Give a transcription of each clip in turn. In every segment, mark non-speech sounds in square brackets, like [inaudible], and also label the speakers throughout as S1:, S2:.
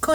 S1: こ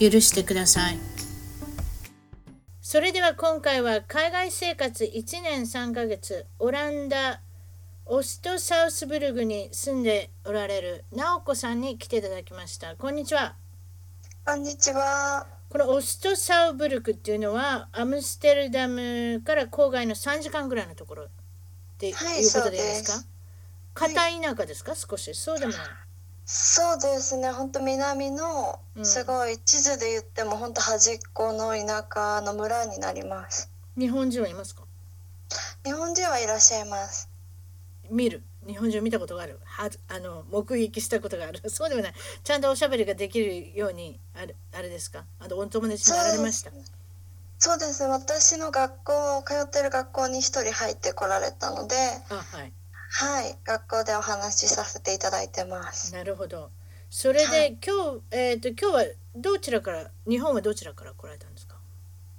S1: 許してくださいそれでは今回は海外生活1年3ヶ月オランダオストサウスブルグに住んでおられる直子さんに来ていただきましたこんにちは
S2: こんにちは。
S1: このオストサウブルクっていうのはアムステルダムから郊外の3時間ぐらいのところっていうこ
S2: はい
S1: とでいいですか、
S2: そうで
S1: 片田舎ですか少しそうでもない
S2: そうですね。本当南の
S1: うん
S2: すごい地図で言っても本当端っこの田舎の村になります。
S1: 日本人はいますか
S2: 日本人はいらっしゃいます。
S1: 見る日本人を見たことがあるはずあの目撃したことがある [laughs] そうでもないちゃんとおしゃべりができるようにあれあれですかあのお友達になられました
S2: そうです。私の学校通ってる学校に一人入ってこられたので、
S1: あはい
S2: はい、学校でお話しさせていただいてます。
S1: なるほどそれで、
S2: はい
S1: 今日えっ、と今日はどちらから日本はどちらから来られたんですか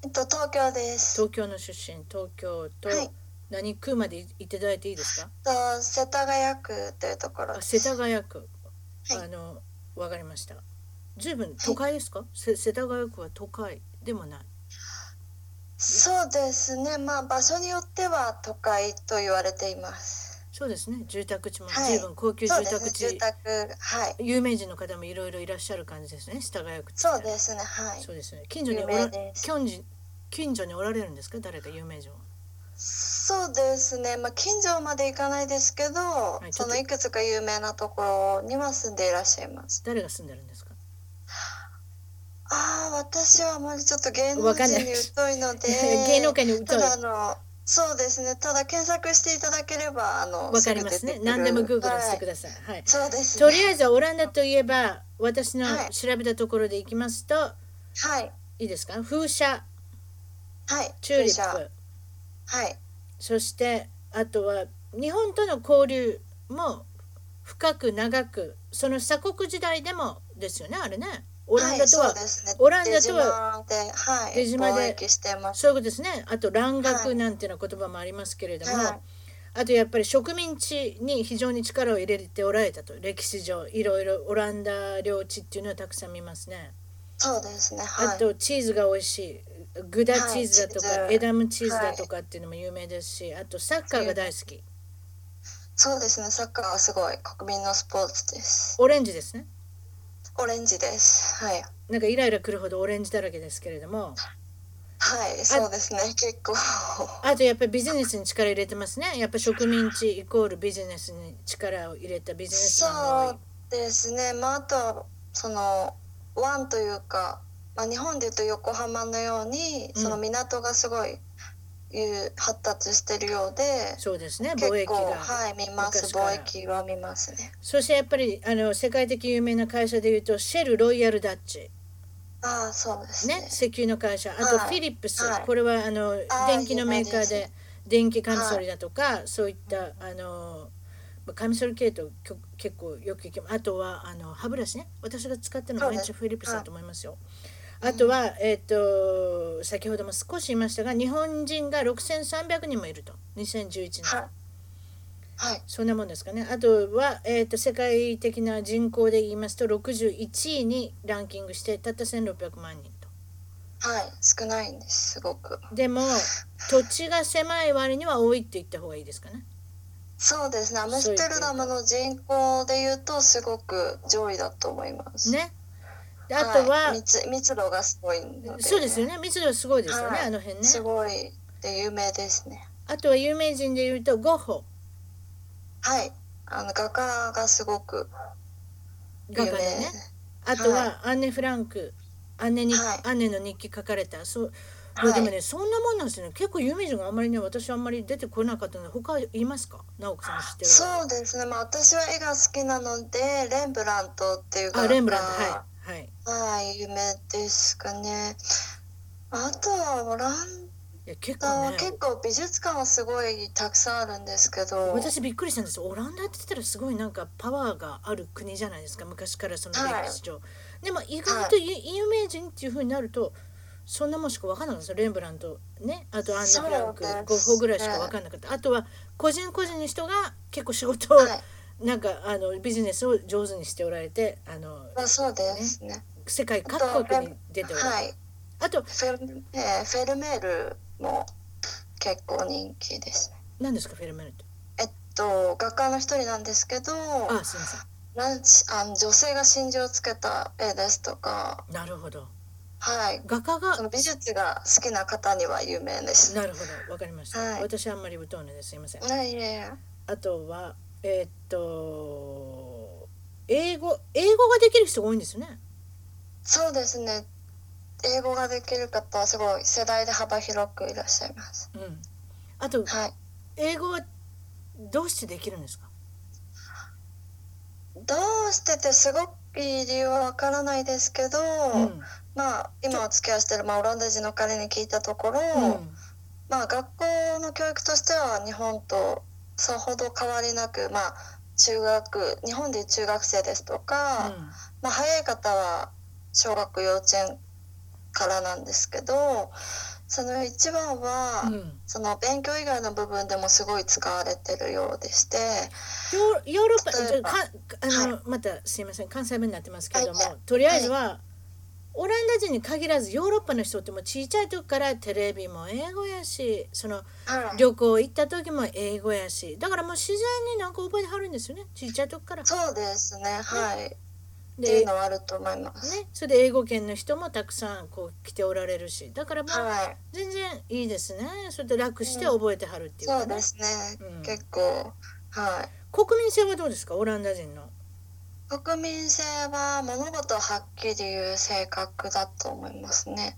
S2: えっと東京です。
S1: 東京の出身東京と
S2: はい
S1: 何区まで行っていただいていいですか、
S2: えっと世田谷区というところ
S1: あ
S2: です。
S1: 世田谷区、
S2: はい
S1: あのわかりました随分都会ですか、せ世田谷区は都会でもない
S2: そうですね。まあ場所によっては都会と言われています。
S1: そうですね住宅地も
S2: はい
S1: 随分高級
S2: そう
S1: 住
S2: ですね。
S1: 宅地、
S2: 住宅はい。
S1: 有名人の方もいろいろいらっしゃる感じですね世田谷区って
S2: そうですね、はい。
S1: そうですね近所にお
S2: 有
S1: ら
S2: 名です
S1: 近所近所におられるんですか誰か有名人は
S2: そうですね、まあ、近所まで行かないですけど、
S1: いちょっ
S2: そ
S1: と
S2: のいくつか有名なところには住んでいらっしゃいます。
S1: 誰が住んでるんですか
S2: ああ、私はあまりちょっと芸能
S1: わかん
S2: 人
S1: ない
S2: に疎いので、
S1: [laughs] 芸能界に疎
S2: た
S1: い
S2: だあの、そうですね、ただ検索していただければ、あの、
S1: わかります
S2: す
S1: ね
S2: ぐ出てくる
S1: 何でもグーグルしてく
S2: は
S1: だ
S2: い
S1: さい、はい
S2: そうです
S1: と
S2: ね。
S1: りあえずオランダといえば私の
S2: はい
S1: 調べたところでいきますと、
S2: はい、
S1: い、いですか風車
S2: はい、
S1: チューリ
S2: 風車
S1: ップ
S2: はい、
S1: そしてあとは日本との交流も深く長くその鎖国時代でもですよねあれねオランダとは、
S2: いそうですね
S1: オランダとは
S2: 出島で、はい、
S1: 出島で
S2: 貿易してます。
S1: そういうことですね。あと蘭
S2: は
S1: 学
S2: い
S1: なんていうような言葉もありますけれども、
S2: はい
S1: あとやっぱり植民地に非常に力を入れておられたと歴史上いろいろオランダ領地っていうのはたくさん見ますね。
S2: そうですね、は
S1: あ
S2: い。
S1: とチーズが美味しいグダチーズだとか、
S2: はいチーズ
S1: エダムチーズだとかっていうのも有名ですし、あとサッカーが大好き
S2: そうですね、サッカーはすごい国民のスポーツです。
S1: オレンジですね。
S2: オレンジです。はい。
S1: なんかイライラくるほどオレンジだらけですけれども
S2: はい、そうですね、結構。
S1: あとやっぱりビジネスに力入れてますねやっぱ植民地イコールビジネスに力を入れたビジネスマンが多い
S2: そうですね、まあ、あとは、その、湾というか、まあ、日本でいうと横浜のように、
S1: うん
S2: その港がすごい。いう発達してるようで。
S1: そうですね貿
S2: 結
S1: 易が、
S2: 構、はい、見ます。
S1: 昔から
S2: 貿易は見ますね。
S1: そしてやっぱりあの世界的有名な会社でいうとシェルロイヤルダッチ、
S2: ああ、そうです
S1: ね
S2: ね。、
S1: 石油の会社あと
S2: は
S1: フ
S2: い
S1: ィリップス、
S2: はい
S1: これはあの
S2: あー
S1: 電気のメーカー
S2: 有名で
S1: です電気カミソリだとか、そういったあのまあカミソリ系統きょ結構よく聞きますあとはあの歯ブラシね私が使ってるのは
S2: そう
S1: 毎
S2: です
S1: 日フィリップスだと思いますよ。あとは、えっと先ほども少し言いましたが日本人が6300人もいると2011年。
S2: はい。はい。
S1: そんなもんですかね。あとは、えー、と世界的な人口で言いますと61位にランキングしてたった1600万人と。
S2: はい、少ないんです。すごく。
S1: でも土地が狭い割には多いって言った方がいいですかね。
S2: そうですね。アムステルダムの人口で言うとすごく上位だと思います。
S1: ね。で
S2: は
S1: あ
S2: い。
S1: とは、
S2: 密密度がすごいので、
S1: そうですよね密度はすごいですよね、
S2: はい
S1: あの辺ね。
S2: すごいで有名ですね。
S1: あとは有名人で言うとゴッホ
S2: はい。あの画家がすごく有
S1: 画
S2: 名
S1: 家でね。あ
S2: い
S1: とはアンネ・フランクアンネに、
S2: はい
S1: アンネの日記書かれたそう
S2: はい
S1: もうでもね、そんなもんなんですよね結構有名人があんまりね私あんまり出てこなかったので他いますか直子さん知ってる
S2: そうですね。まあ私は絵が好きなのでレンブラントっていう画
S1: あ
S2: 家
S1: レンブラントははい
S2: はい、夢ですかね。あとはオラン
S1: いや結
S2: ダ
S1: 構
S2: は
S1: ね
S2: 結構美術館はすごいたくさんあるんですけど、
S1: 私びっくりしたんですよオランダって言ったらすごいなんかパワーがある国じゃないですか昔からその
S2: はい
S1: 歴史上、でも意外とゆ有名人っていうふうになるとそんなもんしか分かんなかったんですよレンブラントねあとアンナ・フランク
S2: そうですね
S1: ゴッホぐらいしか分かんなかったあとは個人個人の人が結構仕事を、
S2: はい、
S1: なんかあのビジネスを上手にしておられてあの
S2: まあそうですね。
S1: 世界各国に出ておられる、
S2: はい、
S1: あと
S2: フェル、えーフェルメールも結構人気ですね。
S1: 何ですかフェルメールって
S2: えっと画家の一人なんですけど、
S1: あすいませ
S2: ランチあの女性が真珠をつけた絵ですとか、
S1: んなるほど
S2: はい、
S1: 画家が
S2: その美術が好きな方には有名です。
S1: なるほどわかりました、
S2: はい
S1: 私あんまり疎いのですいません
S2: はい、いえいえ
S1: あとはえーっと英語英語ができる人が多いんですね。
S2: そうですね。英語ができる方はすごい世代で幅広くいらっしゃいます。
S1: うん。あと
S2: はい。
S1: 英語はどうしてできるんですか。
S2: どうしてってすごくいい理由はわからないですけど、
S1: うん。
S2: まあ今お付き合いしてる、まあ、オランダ人の彼に聞いたところ、
S1: うん。
S2: まあ学校の教育としては日本とさほど変わりなくまあ中学日本でいう中学生ですとか、まあ、早い方は小学幼稚園からなんですけどその一番は、
S1: うん。うん
S2: その勉強以外の部分でもすごい使われてるようでして
S1: ヨーヨーロッパ
S2: 例えば
S1: かあの、またすいません関西弁になってますけども、とりあえずは、オランダ人に限らずヨーロッパの人ってもう小さい時からテレビも英語やしその
S2: はい
S1: 旅行行った時も英語やしだからもう自然になんか覚えてはるんですよね小さい時から。
S2: そうですねはいってい
S1: で
S2: うのはあると思います、
S1: ね、それで英語圏の人もたくさんこう来ておられるしだからもう
S2: は
S1: 全然いいですねそれで楽して覚えてはるっ
S2: い
S1: ていう
S2: そ
S1: か、
S2: う
S1: ね
S2: ですね、
S1: うん
S2: 結構はい
S1: 国民性はどうですかオランダ人の
S2: 国民性は物事をはっきり言う性格だと思いますね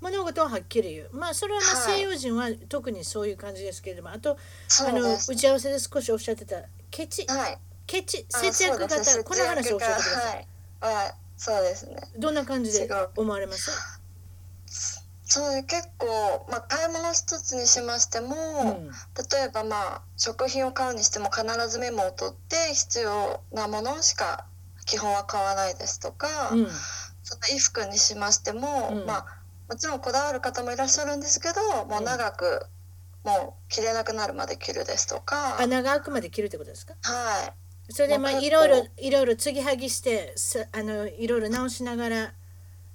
S1: 物事ははっきり言うまあそれはまあ
S2: はい
S1: 西洋人は特にそういう感じですけれどもあと
S2: そ
S1: あ
S2: う
S1: の
S2: で
S1: 打
S2: す
S1: ち合わせで少しおっしゃってたケチ
S2: はい
S1: ケチ
S2: あ
S1: 節約
S2: そうです
S1: 型
S2: ね
S1: この話を教えてください、
S2: はい、はい、そうですね
S1: どんな感じで
S2: 違う
S1: 思われます
S2: そうです結構、まあ、買い物一つにしましても、
S1: うん
S2: 例えばまあ食品を買うにしても必ずメモを取って必要なものしか基本は買わないですとか、
S1: うん
S2: その衣服にしましても、
S1: うん
S2: まあもちろんこだわる方もいらっしゃるんですけどもう長く、もう着れなくなるまで着るですとか
S1: 穴があくまで切るってことですか
S2: はい
S1: それでまあ
S2: まあ
S1: いろいろ
S2: 結
S1: いろいろ継ぎはぎしてさあのいろいろ直しながら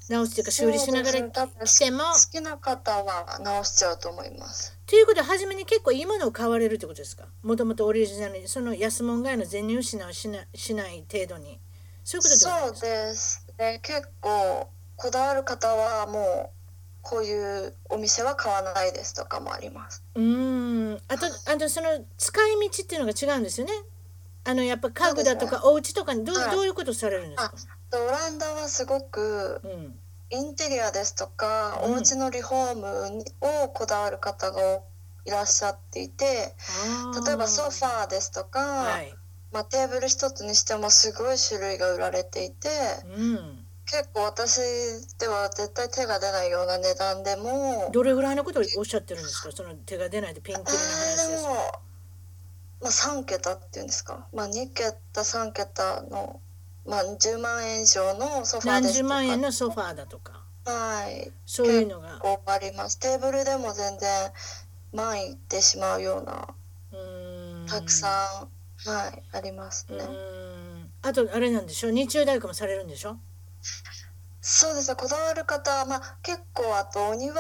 S1: 直すというか修理しなが
S2: そう
S1: ら
S2: ですね多分
S1: 来ても
S2: 好きな方は直しちゃうと思います
S1: ということは初めに結構いいものを買われるってことですかもともとオリジナルにその安物買いの全入しなしなしない程度にそういうことではない
S2: そ
S1: で
S2: う
S1: すか
S2: ですね結構こだわる方はもうこういうお店は買わないですとかもあります
S1: うーんあとあとその使い道っていうのが違うんですよねあのやっぱ家具だと
S2: そうで
S1: か
S2: す
S1: お家とかにどう,、
S2: はい
S1: どういうことされるんですか、
S2: でオランダはすごく
S1: うん、
S2: インテリアですとか、
S1: うん
S2: お家のリフォームをこだわる方がいらっしゃっていて
S1: あー
S2: 例えばソファーですとか、
S1: はい、
S2: まあ、テーブル一つにしてもすごい種類が売られていて
S1: うん、
S2: 結構私では絶対手が出ないような値段でも
S1: どれぐらいのことをおっしゃってるんですかその手が出ないでピンクリの話
S2: え
S1: で
S2: ー
S1: す
S2: でも、まあ、3桁っていうんですか、まあ、2桁3桁の、まあ、10万円以上のソファー
S1: 何
S2: です
S1: 十
S2: とか
S1: 万円のソファーだとか
S2: はい
S1: そういうのが
S2: こうありますテーブルでも全然前いってしまうような
S1: うーん
S2: たくさん、はいあります
S1: う
S2: ね、
S1: ーんあとあれなんでしょ日中大工もされるんでしょ
S2: そうですねこだわる方は、まあ、結構あとお庭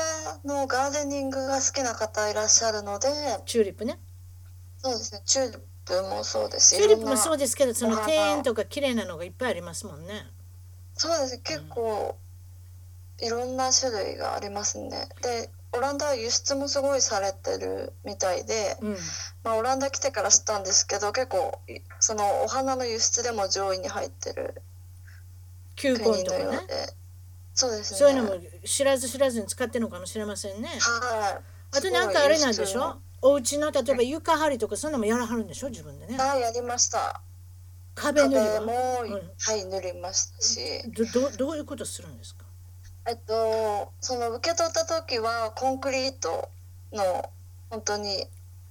S2: のガーデニングが好きな方いらっしゃるので
S1: チューリップね
S2: そうですねチューリップもそうです
S1: チュ
S2: し
S1: ーリップ
S2: いろん
S1: も
S2: な
S1: そうですけどその
S2: お花
S1: 庭園とか綺麗なのがいっぱいありますもんね
S2: そうですね結構いろんな種類がありますねでオランダは輸出もすごいされてるみたいで、
S1: うん
S2: まあ、オランダ来てから知ったんですけど結構いそのお花の輸出でも上位に入ってる
S1: 球根
S2: 国
S1: と
S2: の
S1: か
S2: ようで
S1: ね
S2: そうですね
S1: そういうのも知らず知らずに使ってるのかもしれませんね
S2: はい
S1: あとなんかあれなんですし
S2: ごい輸
S1: ょお家の例えば床張りとかそんなのもやらはるんでしょ自分でね
S2: 出のはいやりました
S1: 壁塗り
S2: 壁
S1: は
S2: も、
S1: うん
S2: はい塗りましたし、
S1: どどどういうことするんですか
S2: えっとその受け取った時はコンクリートの本当に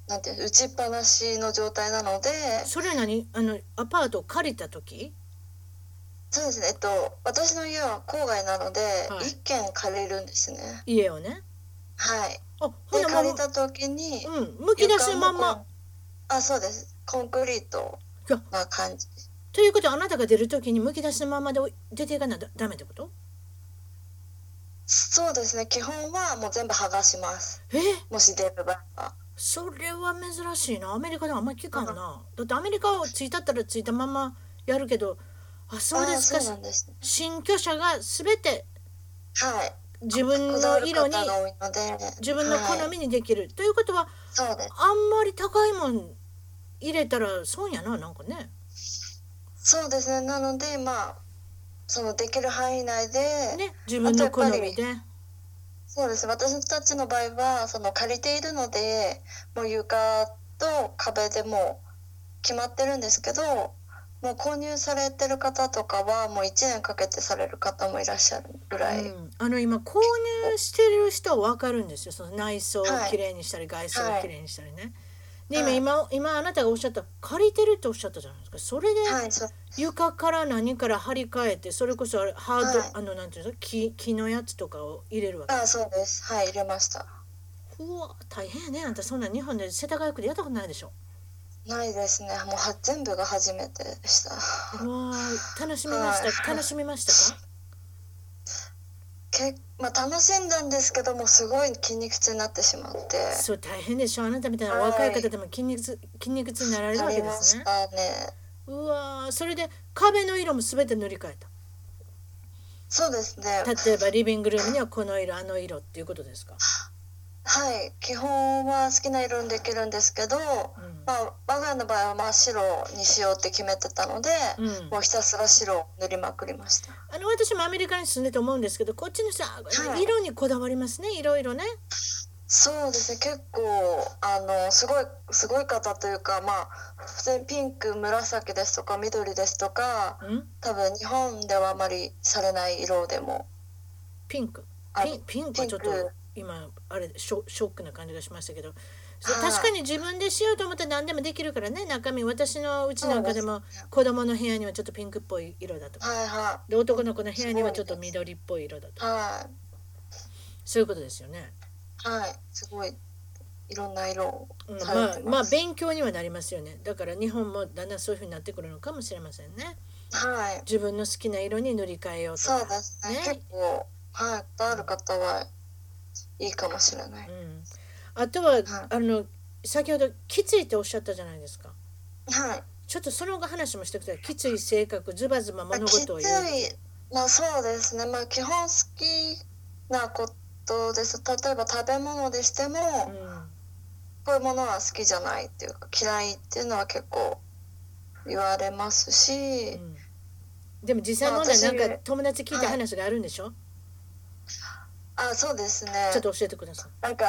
S2: なんていう打ちっぱなしの状態なので
S1: それは何あのアパートを借りた時
S2: そうですねえっと私の家は郊外なので、
S1: はい
S2: 一軒借りるんですね
S1: 家をね
S2: はい
S1: あほ
S2: で
S1: なもう
S2: 借りた時に
S1: うんむき出しのまん
S2: 床も
S1: ま
S2: こうあそうですコンクリートな感じ
S1: ということはあなたが出る時にむき出しのままで出ていかなダメってこと
S2: そうですね基本はもう全部剥がします
S1: え
S2: もし出る場合は
S1: それは珍しいなアメリカではあんまり聞かんなだってアメリカをついたったらついたままやるけどあそうです
S2: あ
S1: か
S2: そうなんですね
S1: 新居者が全て
S2: はい
S1: 自分
S2: こだわ
S1: の
S2: る
S1: 色
S2: 方
S1: に
S2: が多いので
S1: 自分の好
S2: はい、
S1: みにできる、ということは
S2: そうです
S1: あんまり高いもん入れたら損やななんかね
S2: そうですねなのでまあそのできる範囲内で、
S1: ね自分の好み
S2: あ
S1: で
S2: そうです私たちの場合はその借りているのでもう床と壁でもう決まってるんですけどもう購入されてる方とかはもう1年かけてされる方もいらっしゃるぐらい、
S1: うん、あの今購入してる人は分かるんですよその内装をきれいにしたり、外装をきれいにしたりね。で今,、
S2: はい
S1: 今今あなたがおっしゃった借りてるっておっしゃったじゃないですかそれで
S2: はいそう
S1: 床から何から張り替えてそれこそあれハード、
S2: はい
S1: あのなんていうの木木のやつとかを入れるわけ
S2: あそうですはい入れました
S1: うわ大変やねあんたそんなん日本で世田谷区でやったことないでしょ
S2: ないですねもうは全部が初めてでした
S1: うわー楽しみました
S2: はい
S1: 楽しみましたか
S2: け、まあ、楽しんだんですけどもすごい筋肉痛になってしまって
S1: そう大変でしょあなたみたいな若い
S2: はい
S1: 方でも筋肉痛筋肉痛になられる
S2: あ
S1: わけ
S2: り
S1: で
S2: ますし
S1: ね
S2: たね
S1: うわーそれで壁の色も全て塗り
S2: [laughs]
S1: 替えた
S2: そうですね。
S1: 例えばリビングルームにはこの色あの色っていうことですか、
S2: はい、基本は好きな色にできるんですけど、
S1: うん
S2: まあ我が家の場合は真っ白にしようって決めてたので、
S1: うん
S2: もうひたすら白を塗りまくりました。
S1: あの私もアメリカに住んでて思うんですけどこっちの人は
S2: はい
S1: 色にこだわりますねいろいろね
S2: そうですね。結構あのすごいすごい方というか、まあ普通にピンク、紫ですとか緑ですとか、
S1: うん
S2: 多分日本ではあまりされない色でも
S1: ピンク
S2: あ
S1: ピンピンクはちょっと
S2: ピンク
S1: 今あれショショックな感じがしましたけどそう
S2: はい
S1: 確かに自分でしようと思ったら何でもできるからね中身私のうちなんかでも
S2: そうですね
S1: 子供の部屋にはちょっとピンクっぽい色だとか
S2: はいは
S1: で男の子の部屋にはちょっと緑っぽい色だと
S2: い
S1: か
S2: は
S1: そういうことですよね、
S2: いはいすごいいろんな色を
S1: うん、
S2: され
S1: まあ
S2: て
S1: まあ
S2: ます。
S1: 勉強にはなりますよねだから日本もだんだんそういうふうになってくるのかもしれませんね
S2: はい。
S1: 自分の好きな色に塗り替えようと
S2: そうで
S1: か
S2: すね
S1: ね
S2: 結構はいこだわる方はいいかもしれない、
S1: うん、あとはあの先ほどきついっておっしゃったじゃないですか
S2: はい
S1: ちょっとその後話もしてください。きつい性格、ズバズバ
S2: まあ
S1: 物
S2: きつい
S1: 事を言う。
S2: まあそうですねまあ基本好きなことです例えば食べ物でしても、こういうものは好きじゃないっていうか嫌いっていうのは結構言われますし、
S1: うんうんでも実際問題
S2: まあ
S1: な
S2: 私
S1: んか友達聞いた話があるんでしょ、
S2: あそうですね
S1: ちょっと教えてください。
S2: なんか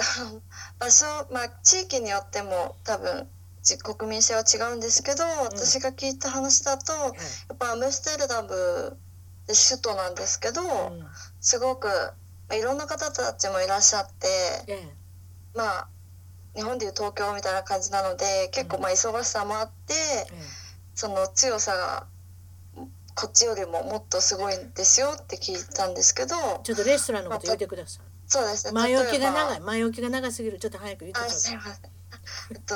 S2: 場所まあ地域によっても多分じ国民性は違うんですけど私が聞いた話だと、やっぱアムステルダムで首都なんですけど、
S1: はいうん
S2: すごく、まあ、いろんな方たちもいらっしゃって
S1: ええ
S2: まあ日本でいう東京みたいな感じなので結構まあ忙しさもあって
S1: え
S2: その強さがこっちよりももっとすごいんですよって聞いたんですけど
S1: えちょっとレストランのこと言ってください。
S2: そうですね
S1: 前置きが
S2: 例えば
S1: 長い。前置きが長すぎる。ちょっと早く言って
S2: あ
S1: くだ
S2: す
S1: さ
S2: い
S1: い。
S2: ませんえっと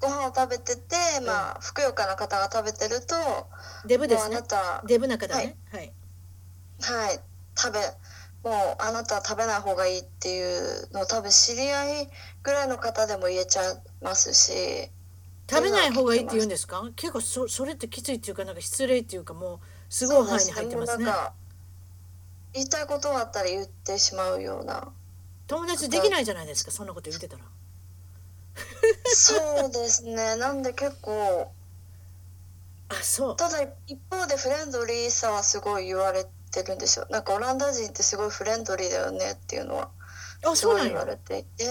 S2: ご飯を食べてて、まあ、ふくよかな方が食べてると、
S1: デブで
S2: もうあ
S1: す
S2: な
S1: ね。
S2: た
S1: デブな方ね。はい。
S2: はい食べもうあなたは食べない方がいいっていうのを多分知り合いぐらいの方でも言えちゃいますし
S1: 食べない方がいいって言うんですか結構そそれってきついっていうか、なんか失礼っていうか、もうすごい範囲に入ってます
S2: そうですねもう
S1: ね
S2: な。んか言いたいことがあったら言ってしまうような
S1: 友達できないじゃないですか、そんなこと言ってたら。
S2: そうですねなんで結構
S1: あ、そう。
S2: ただ一方でフレンドリーさはすごい言われてるんですよなんかオランダ人ってすごいフレンドリーだよねっていうのは
S1: あ、
S2: す
S1: そう
S2: ご
S1: ないん
S2: 言わ
S1: や。
S2: れていて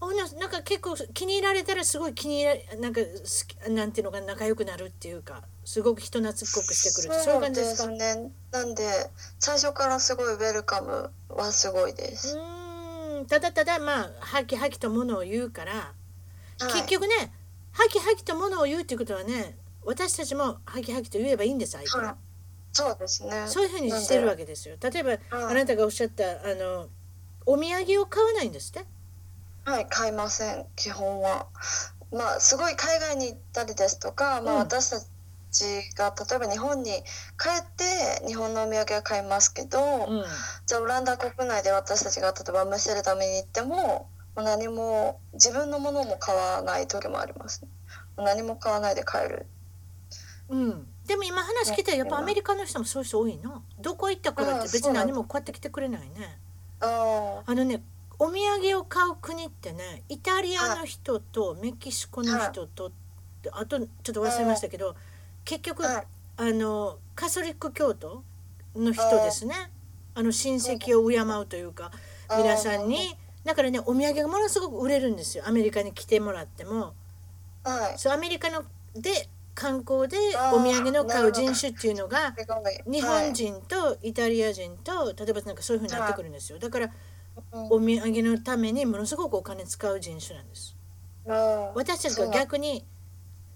S1: ほななんか結構気に入られたらすごい気に入らなんか好きなんていうのかな仲良くなるっていうかすごく人懐っこくしてくるってそういう感じですかう
S2: ねなんで最初からすごいウェルカムはすごいです、
S1: ーんただただまあはきはきとものを言うから、
S2: はい
S1: 結局ねはきはきとものを言うっていうことはね私たちもはきはきと言えばいいんです相手
S2: はい
S1: は、
S2: そうですね
S1: そういうふうにしてるわけですよ例えばあ
S2: は、
S1: ないたがおっしゃったあのお土産を買わないんですって
S2: はい、買いません基本はまあすごい海外に行ったりですとか、まあ、
S1: うん
S2: 私たちが例えば日本に帰って日本のお土産は買いますけど、
S1: うん
S2: じゃあオランダ国内で私たちが例えばムッシェル食べに行ってももう何も自分のものも買わない時もありますねもう何も買わないで帰る
S1: うん、でも今話聞いたらやっぱアメリカの人もそういう人多いなどこ行ったからって別に何もこうやって来てくれないね
S2: あ
S1: あのねお土産を買う国ってねイタリアの人とメキシコの人とあとちょっと忘れましたけど結局
S2: は
S1: あ
S2: い
S1: のカソリック教徒の人ですねあの親戚を敬うというか
S2: あ
S1: 皆さんにだからねお土産がものすごく売れるんですよアメリカに来てもらっても。
S2: はい
S1: そうアメリカので観光で
S2: あー
S1: お土産の買
S2: な
S1: う
S2: るほど
S1: 人種っていうのが
S2: すごい
S1: 日本、人とイタリア人と例えばなんかそういう風になってくるんですよだから
S2: はいうん
S1: お土産のためにものすごくお金使う人種なんです
S2: うん
S1: 私たちが逆に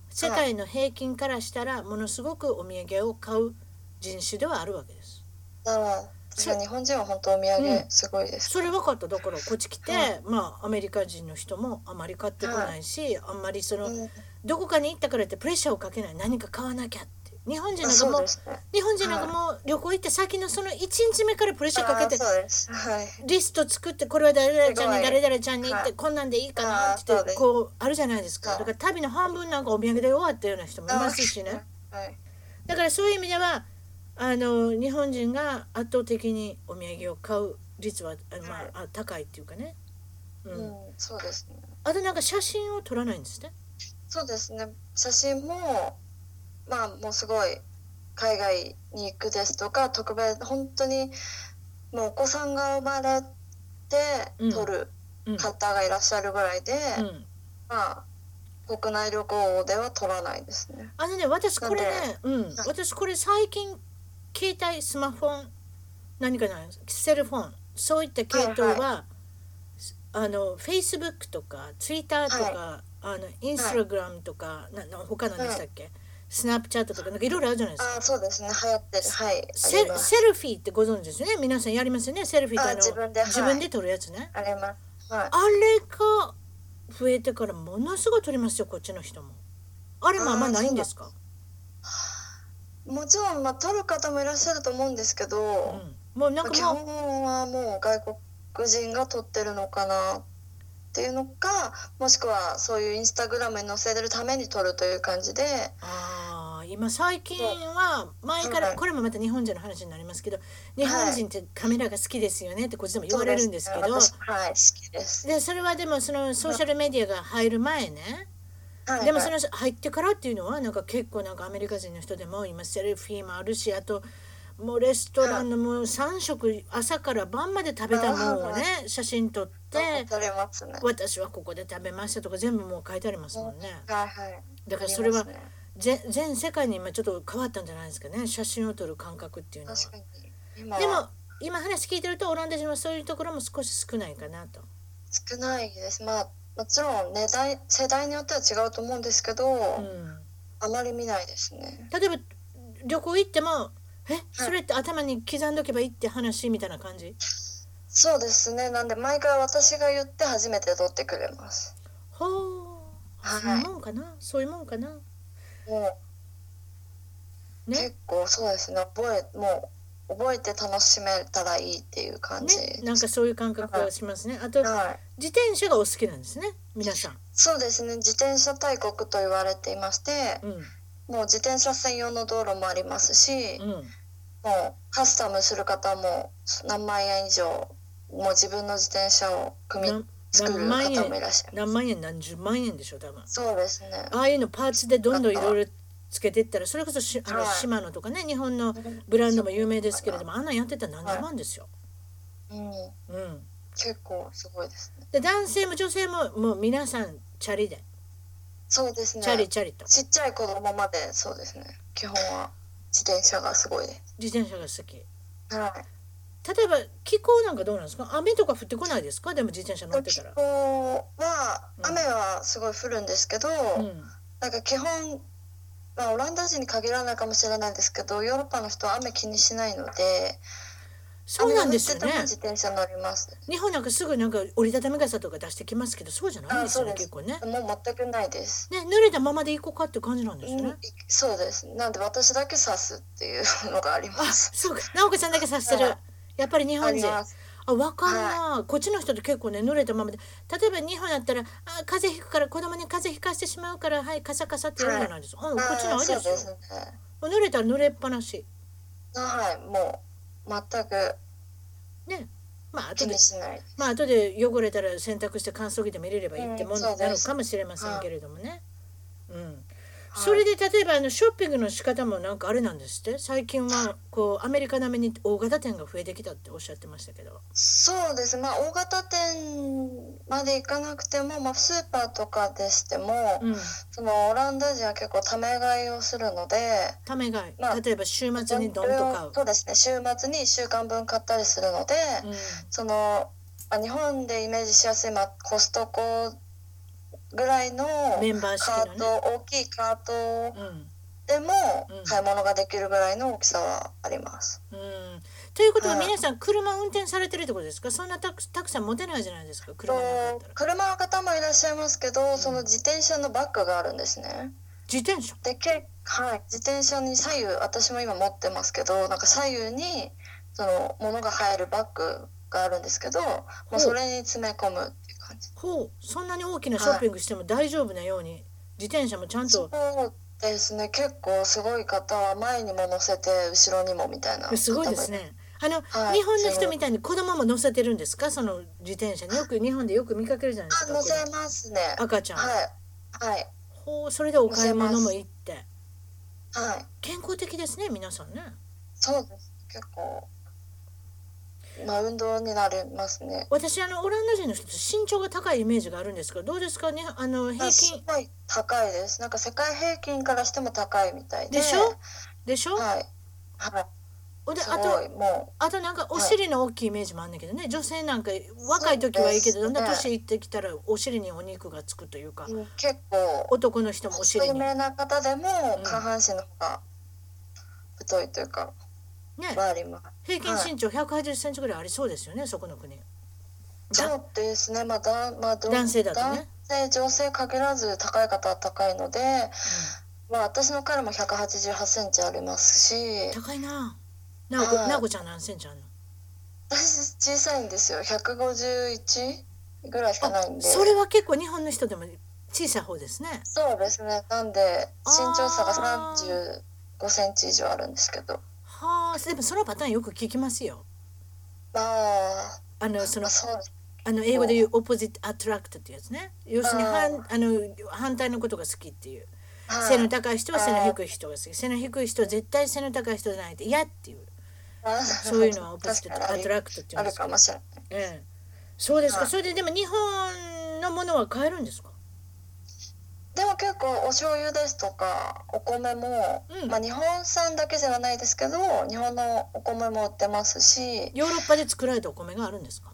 S1: 世界の平均からしたらものすごくお土産を買う人種ではあるわけです
S2: だから確かに日本人は本当お土産すごいです、
S1: それ分かっただからこっち来て
S2: は
S1: まあアメリカ人の人もあまり買ってこないしあんまりその
S2: うん
S1: どこかに行ったからってプレッシャーをかけない何か買わなきゃって日本人な
S2: あ
S1: んか
S2: そ
S1: もう
S2: うですね
S1: 日本人なんかもう旅行行って先のその1日目からプレッシャーかけて
S2: あそうですはい
S1: リスト作ってこれは誰々ちゃんに
S2: すご
S1: 誰
S2: い
S1: 々ちゃんに行っ
S2: は
S1: て
S2: い
S1: こんなんでいいかなって言
S2: あーそ
S1: って
S2: うです
S1: こうあるじゃないですか
S2: はい
S1: だから旅の半分なんかお土産で終わったような人もいますしね
S2: はい
S1: だからそういう意味ではあの日本人が圧倒的にお土産を買う率はあまああ高いっていうかね、う、
S2: うんん、そうですね
S1: あとなんか写真を撮らないんですね
S2: そうですね写真もまあもうすごい海外に行くですとか特別本当にもうお子さんが生まれ
S1: うん
S2: て撮る
S1: うん
S2: 方がいらっしゃるぐらいで、
S1: うん
S2: まあ国内旅行では撮らないですね。
S1: あのね私これね
S2: なん
S1: うん私これ最近携帯スマホン何かなセルフォンそういった系統は、
S2: はい
S1: あの Facebook とか Twitter とか、あの Instagram とか、なな他何でしたっけ、スナップチャットとかなんかいろいろあるじゃないですか。
S2: あそうですね流行ってるはいあ
S1: セ
S2: り
S1: ル
S2: ます
S1: セルフィーってご存知ですよね皆さんやりますよねセルフィーって
S2: あ
S1: あの
S2: 自分ではい
S1: 自分で撮るやつね
S2: ありますはい
S1: あれが増えてからものすごい撮りますよこっちの人もあれもあんまないんですか
S2: もちろんまあ撮る方もいらっしゃると思うんですけど、
S1: うん、もうなん
S2: 基
S1: かもう
S2: 本はもう外国人が撮ってるのかなっていうのかもしくはそういうインスタグラムに載せるために撮るという感じで
S1: ああ今最近は前から
S2: はい
S1: これもまた日本人の話になりますけど日本人ってカメラが好きですよねってこっちでも言われるんですけど
S2: そうですね私はい好きです
S1: でそれはでもそのソーシャルメディアが入る前ね
S2: はい
S1: でもそ
S2: は
S1: の入ってからっていうのはなんか結構なんかアメリカ人の人でも今セルフィーもあるしあともうレストランのもう3食朝から晩まで食べたものをね写真撮って
S2: い撮れますねはい
S1: 私はここで食べましたとか全部もう書いてありますもんね
S2: はい
S1: だからそれは
S2: 撮りますね
S1: 全全世界に今ちょっと変わったんじゃないですかね写真を撮る感覚っていうのは
S2: 確かに今
S1: で
S2: は
S1: も今話聞いてるとオランダ人はそういうところも少し少ないかなと
S2: 少ないですまあもちろん値段世代によっては違うと思うんですけど、
S1: うん
S2: あまり見ないですね
S1: 例えば旅行行ってもえそれって頭に刻んどけばいいって話みたいな感じ
S2: そうですねなんで毎回私が言って初めて撮ってくれます
S1: ほう
S2: はい
S1: そういうもんかなそういうもんかな
S2: もう
S1: ね
S2: 結構そうですね覚えもう覚えて楽しめたらいいっていう感じ、
S1: ねなんかそういう感覚がしますねあと
S2: はい
S1: 自転車がお好きなんですね皆さん
S2: そうですね自転車大国と言われていまして
S1: うん
S2: もう自転車専用の道路もありますし、
S1: うん
S2: もうカスタムする方も何万円以上もう自分の自転車を組み
S1: 何
S2: 作る
S1: 何万
S2: 方もい
S1: 円
S2: らっしゃる
S1: 何万円何十万円でしょ多分
S2: そうですね
S1: ああいうのパーツでどんどんい
S2: なんか
S1: ろいろつけてったらそれこそしあの
S2: はい
S1: 島野とかね日本のブランドも有名ですけれど
S2: そう
S1: もあんなんやってたら何十万ですよ。
S2: う
S1: う
S2: ん
S1: ん、
S2: 結構すごいですね。
S1: で男性も女性ももう皆さんチャリで
S2: そうですね。
S1: チャリチャリと
S2: ちっちゃい子供までそうですね。基本は自転車がすごいです。
S1: 自転車が好き
S2: はい。
S1: 例えば気候なんかどうなんですか雨とか降ってこないですかでも自転車乗って
S2: 気
S1: たら、
S2: 候は
S1: うん
S2: 雨はすごい降るんですけど、
S1: うん、
S2: なんか基本、まあ、オランダ人に限らないかもしれないですけどヨーロッパの人は雨気にしないので
S1: そうなんですよね
S2: 雨が降ってても自転車乗ります
S1: 日本なんかすぐなんか折りたたみ傘とか出してきますけどそうじゃないんですよね
S2: あそうです
S1: 結構ね
S2: もう全くないです、
S1: ね濡れたままで行こうかっていう感じなんです
S2: う
S1: ね、
S2: んそうですなんで私だけ刺すっていうのがありま
S1: あ
S2: す
S1: そうか直子さんだけさせてる
S2: は
S1: やっぱり日
S2: あ
S1: 本
S2: り
S1: 人
S2: ます
S1: あわかるな、こっちの人って結構ね濡れたままで例えば日本だったらあ風邪ひくから子供に風邪ひかしてしまうからはいカサカサって言うじゃないですか、うん、こっちのあれ
S2: そう
S1: ですよ
S2: ですね
S1: 濡れたら濡れっぱなし
S2: はいもう全く
S1: ねまあ後
S2: 気
S1: で
S2: にしない
S1: まあ後で汚れたら洗濯して乾燥機でも入れればいいって
S2: うん
S1: もん
S2: そうです
S1: なのかもしれませんけれどもね。うん、それで例えばあのショッピングの仕方もなんかあれなんですって最近はこうアメリカ並みに大型店が増えてきたっておっしゃってましたけど、
S2: そうですねまあ大型店まで行かなくても、まあ、スーパーとかでしても、
S1: うん、
S2: そのオランダ人は結構ため買いをするので
S1: ためがい
S2: まあ
S1: 例えば週末にドンと買う
S2: そうですね週末に1週間分買ったりするので、
S1: うん
S2: そのあ日本でイメージしやすい、まあ、コストコぐらいの
S1: メンバー式
S2: カ
S1: の
S2: ート、
S1: ね。
S2: 大きいカート
S1: うん
S2: でも
S1: うん
S2: 買い物ができるぐらいの大きさはあります。
S1: うん、ということは
S2: はい
S1: 皆さん車運転されてるってことですかそんなたくたくさん持てないじゃないですか車なかっ
S2: と
S1: たら
S2: 車の方もいらっしゃいますけど、
S1: ん
S2: その自転車のバッグがあるんですね。
S1: 自転車
S2: でけ、はい、自転車に左右私も今持ってますけどなんか左右にその物が入るバッグがあるんですけども
S1: う
S2: うそれに詰め込むっていう感じ
S1: ほうそんなに大きなショッピングしても大丈夫なように、自転車もちゃんと
S2: そうですね結構すごい方は前にも乗せて後ろにもみたいな
S1: すごいですね。あの、
S2: はい
S1: 日本の人みたいに子供も乗せてるんですか、その自転車によく日本でよく見かけるじゃないです
S2: 方
S1: か。
S2: もあ
S1: 子
S2: 乗
S1: 供
S2: せますねは
S1: 赤ちゃん、
S2: いはい
S1: ほう、それでお買い物も行って、
S2: はい
S1: 健康的ですね、皆さんね。
S2: そうです結構まあ運動になりますね
S1: 私あのオランダ人の人って身長が高いイメージがあるんですけど、どうですかね、あの
S2: ま
S1: 平
S2: あす
S1: 均
S2: ごい高いですなんか世界平均からしても高いみたいで
S1: でしょ？でしょ？
S2: はいはい
S1: ほんですあ
S2: ご
S1: と
S2: いも
S1: あとなんかお尻の大きいイメージもあんだけどね、女性なんか若い時はいいけど、
S2: そ
S1: だ
S2: うんですね
S1: だん年いってきたらお尻にお肉がつくというか
S2: う、うん結構
S1: 男の人もお尻
S2: 有
S1: に
S2: 名な方でも
S1: うん
S2: 下半身の方が太いというか、
S1: ね。
S2: はあります
S1: 平均身長180センチぐらいありそうですよね、そこの国。だ
S2: そうですね、まあだまあ、ど
S1: 男性だとね。
S2: 男性女性限らず高い方は高いので、まあ、私の彼も188センチあります
S1: うん
S2: し
S1: 高いな。なおこ、
S2: はい
S1: なおこちゃん何センチあるの。
S2: 私小さいんですよ151ぐらいしかないんで
S1: それは結構日本の人でも小さい方ですね。
S2: そうですねなんで
S1: あ
S2: 身
S1: ー
S2: 長差が35センチ以上あるんですけど
S1: はあ、でもそのパターンよく聞きますよ。
S2: まあ
S1: あの、そ
S2: ま
S1: の
S2: あ、そうです
S1: あの英語で言うオポジットアトラクトってやつね。要するに、
S2: あー
S1: 反、あの、反対のことが好きっていう。
S2: は
S1: 背
S2: い
S1: の高い人は背の低い人が好き。背の低い人は絶対背の高い人じゃないって嫌っていう。
S2: あー
S1: そういうのはオポジット
S2: 確か
S1: ア
S2: に
S1: トラクトって言
S2: あ
S1: うん
S2: る
S1: です
S2: か
S1: けど
S2: も。しれない
S1: ええ、そうですか、
S2: はい
S1: それででも日本のものは買えるんですか
S2: でも結構お醤油ですとかお米も、
S1: うん
S2: まあ、日本産だけではないですけど日本のお米も売ってますし
S1: ヨーロッパで作られたお米があるんですか、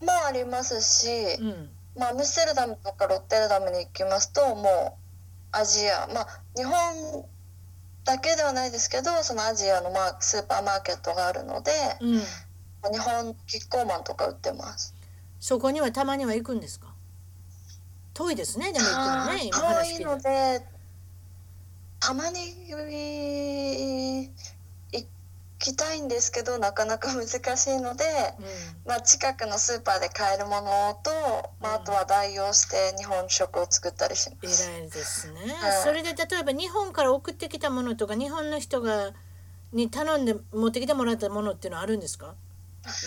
S2: もありますし
S1: う、ん、
S2: まあ、アムステルダムとかロッテルダムに行きますともうアジアまあ日本だけではないですけどそのアジアのマースーパーマーケットがあるので、
S1: うん、
S2: 日本キッコーマンとか売ってます。
S1: そこにはたまには行くんですか遠いですねでも行くのね今
S2: は
S1: 話
S2: い
S1: 聞い
S2: 遠いの
S1: て
S2: でたまに行きたいんですけどなかなか難しいので、まあ、近くのスーパーで買えるものと、まあ、
S1: うん
S2: あとは代用して日本食を作ったりし
S1: え
S2: ます。
S1: らいですね、
S2: はい
S1: それで例えば日本から送ってきたものとか日本の人がに頼んで持ってきてもらったものっていうのはあるんですか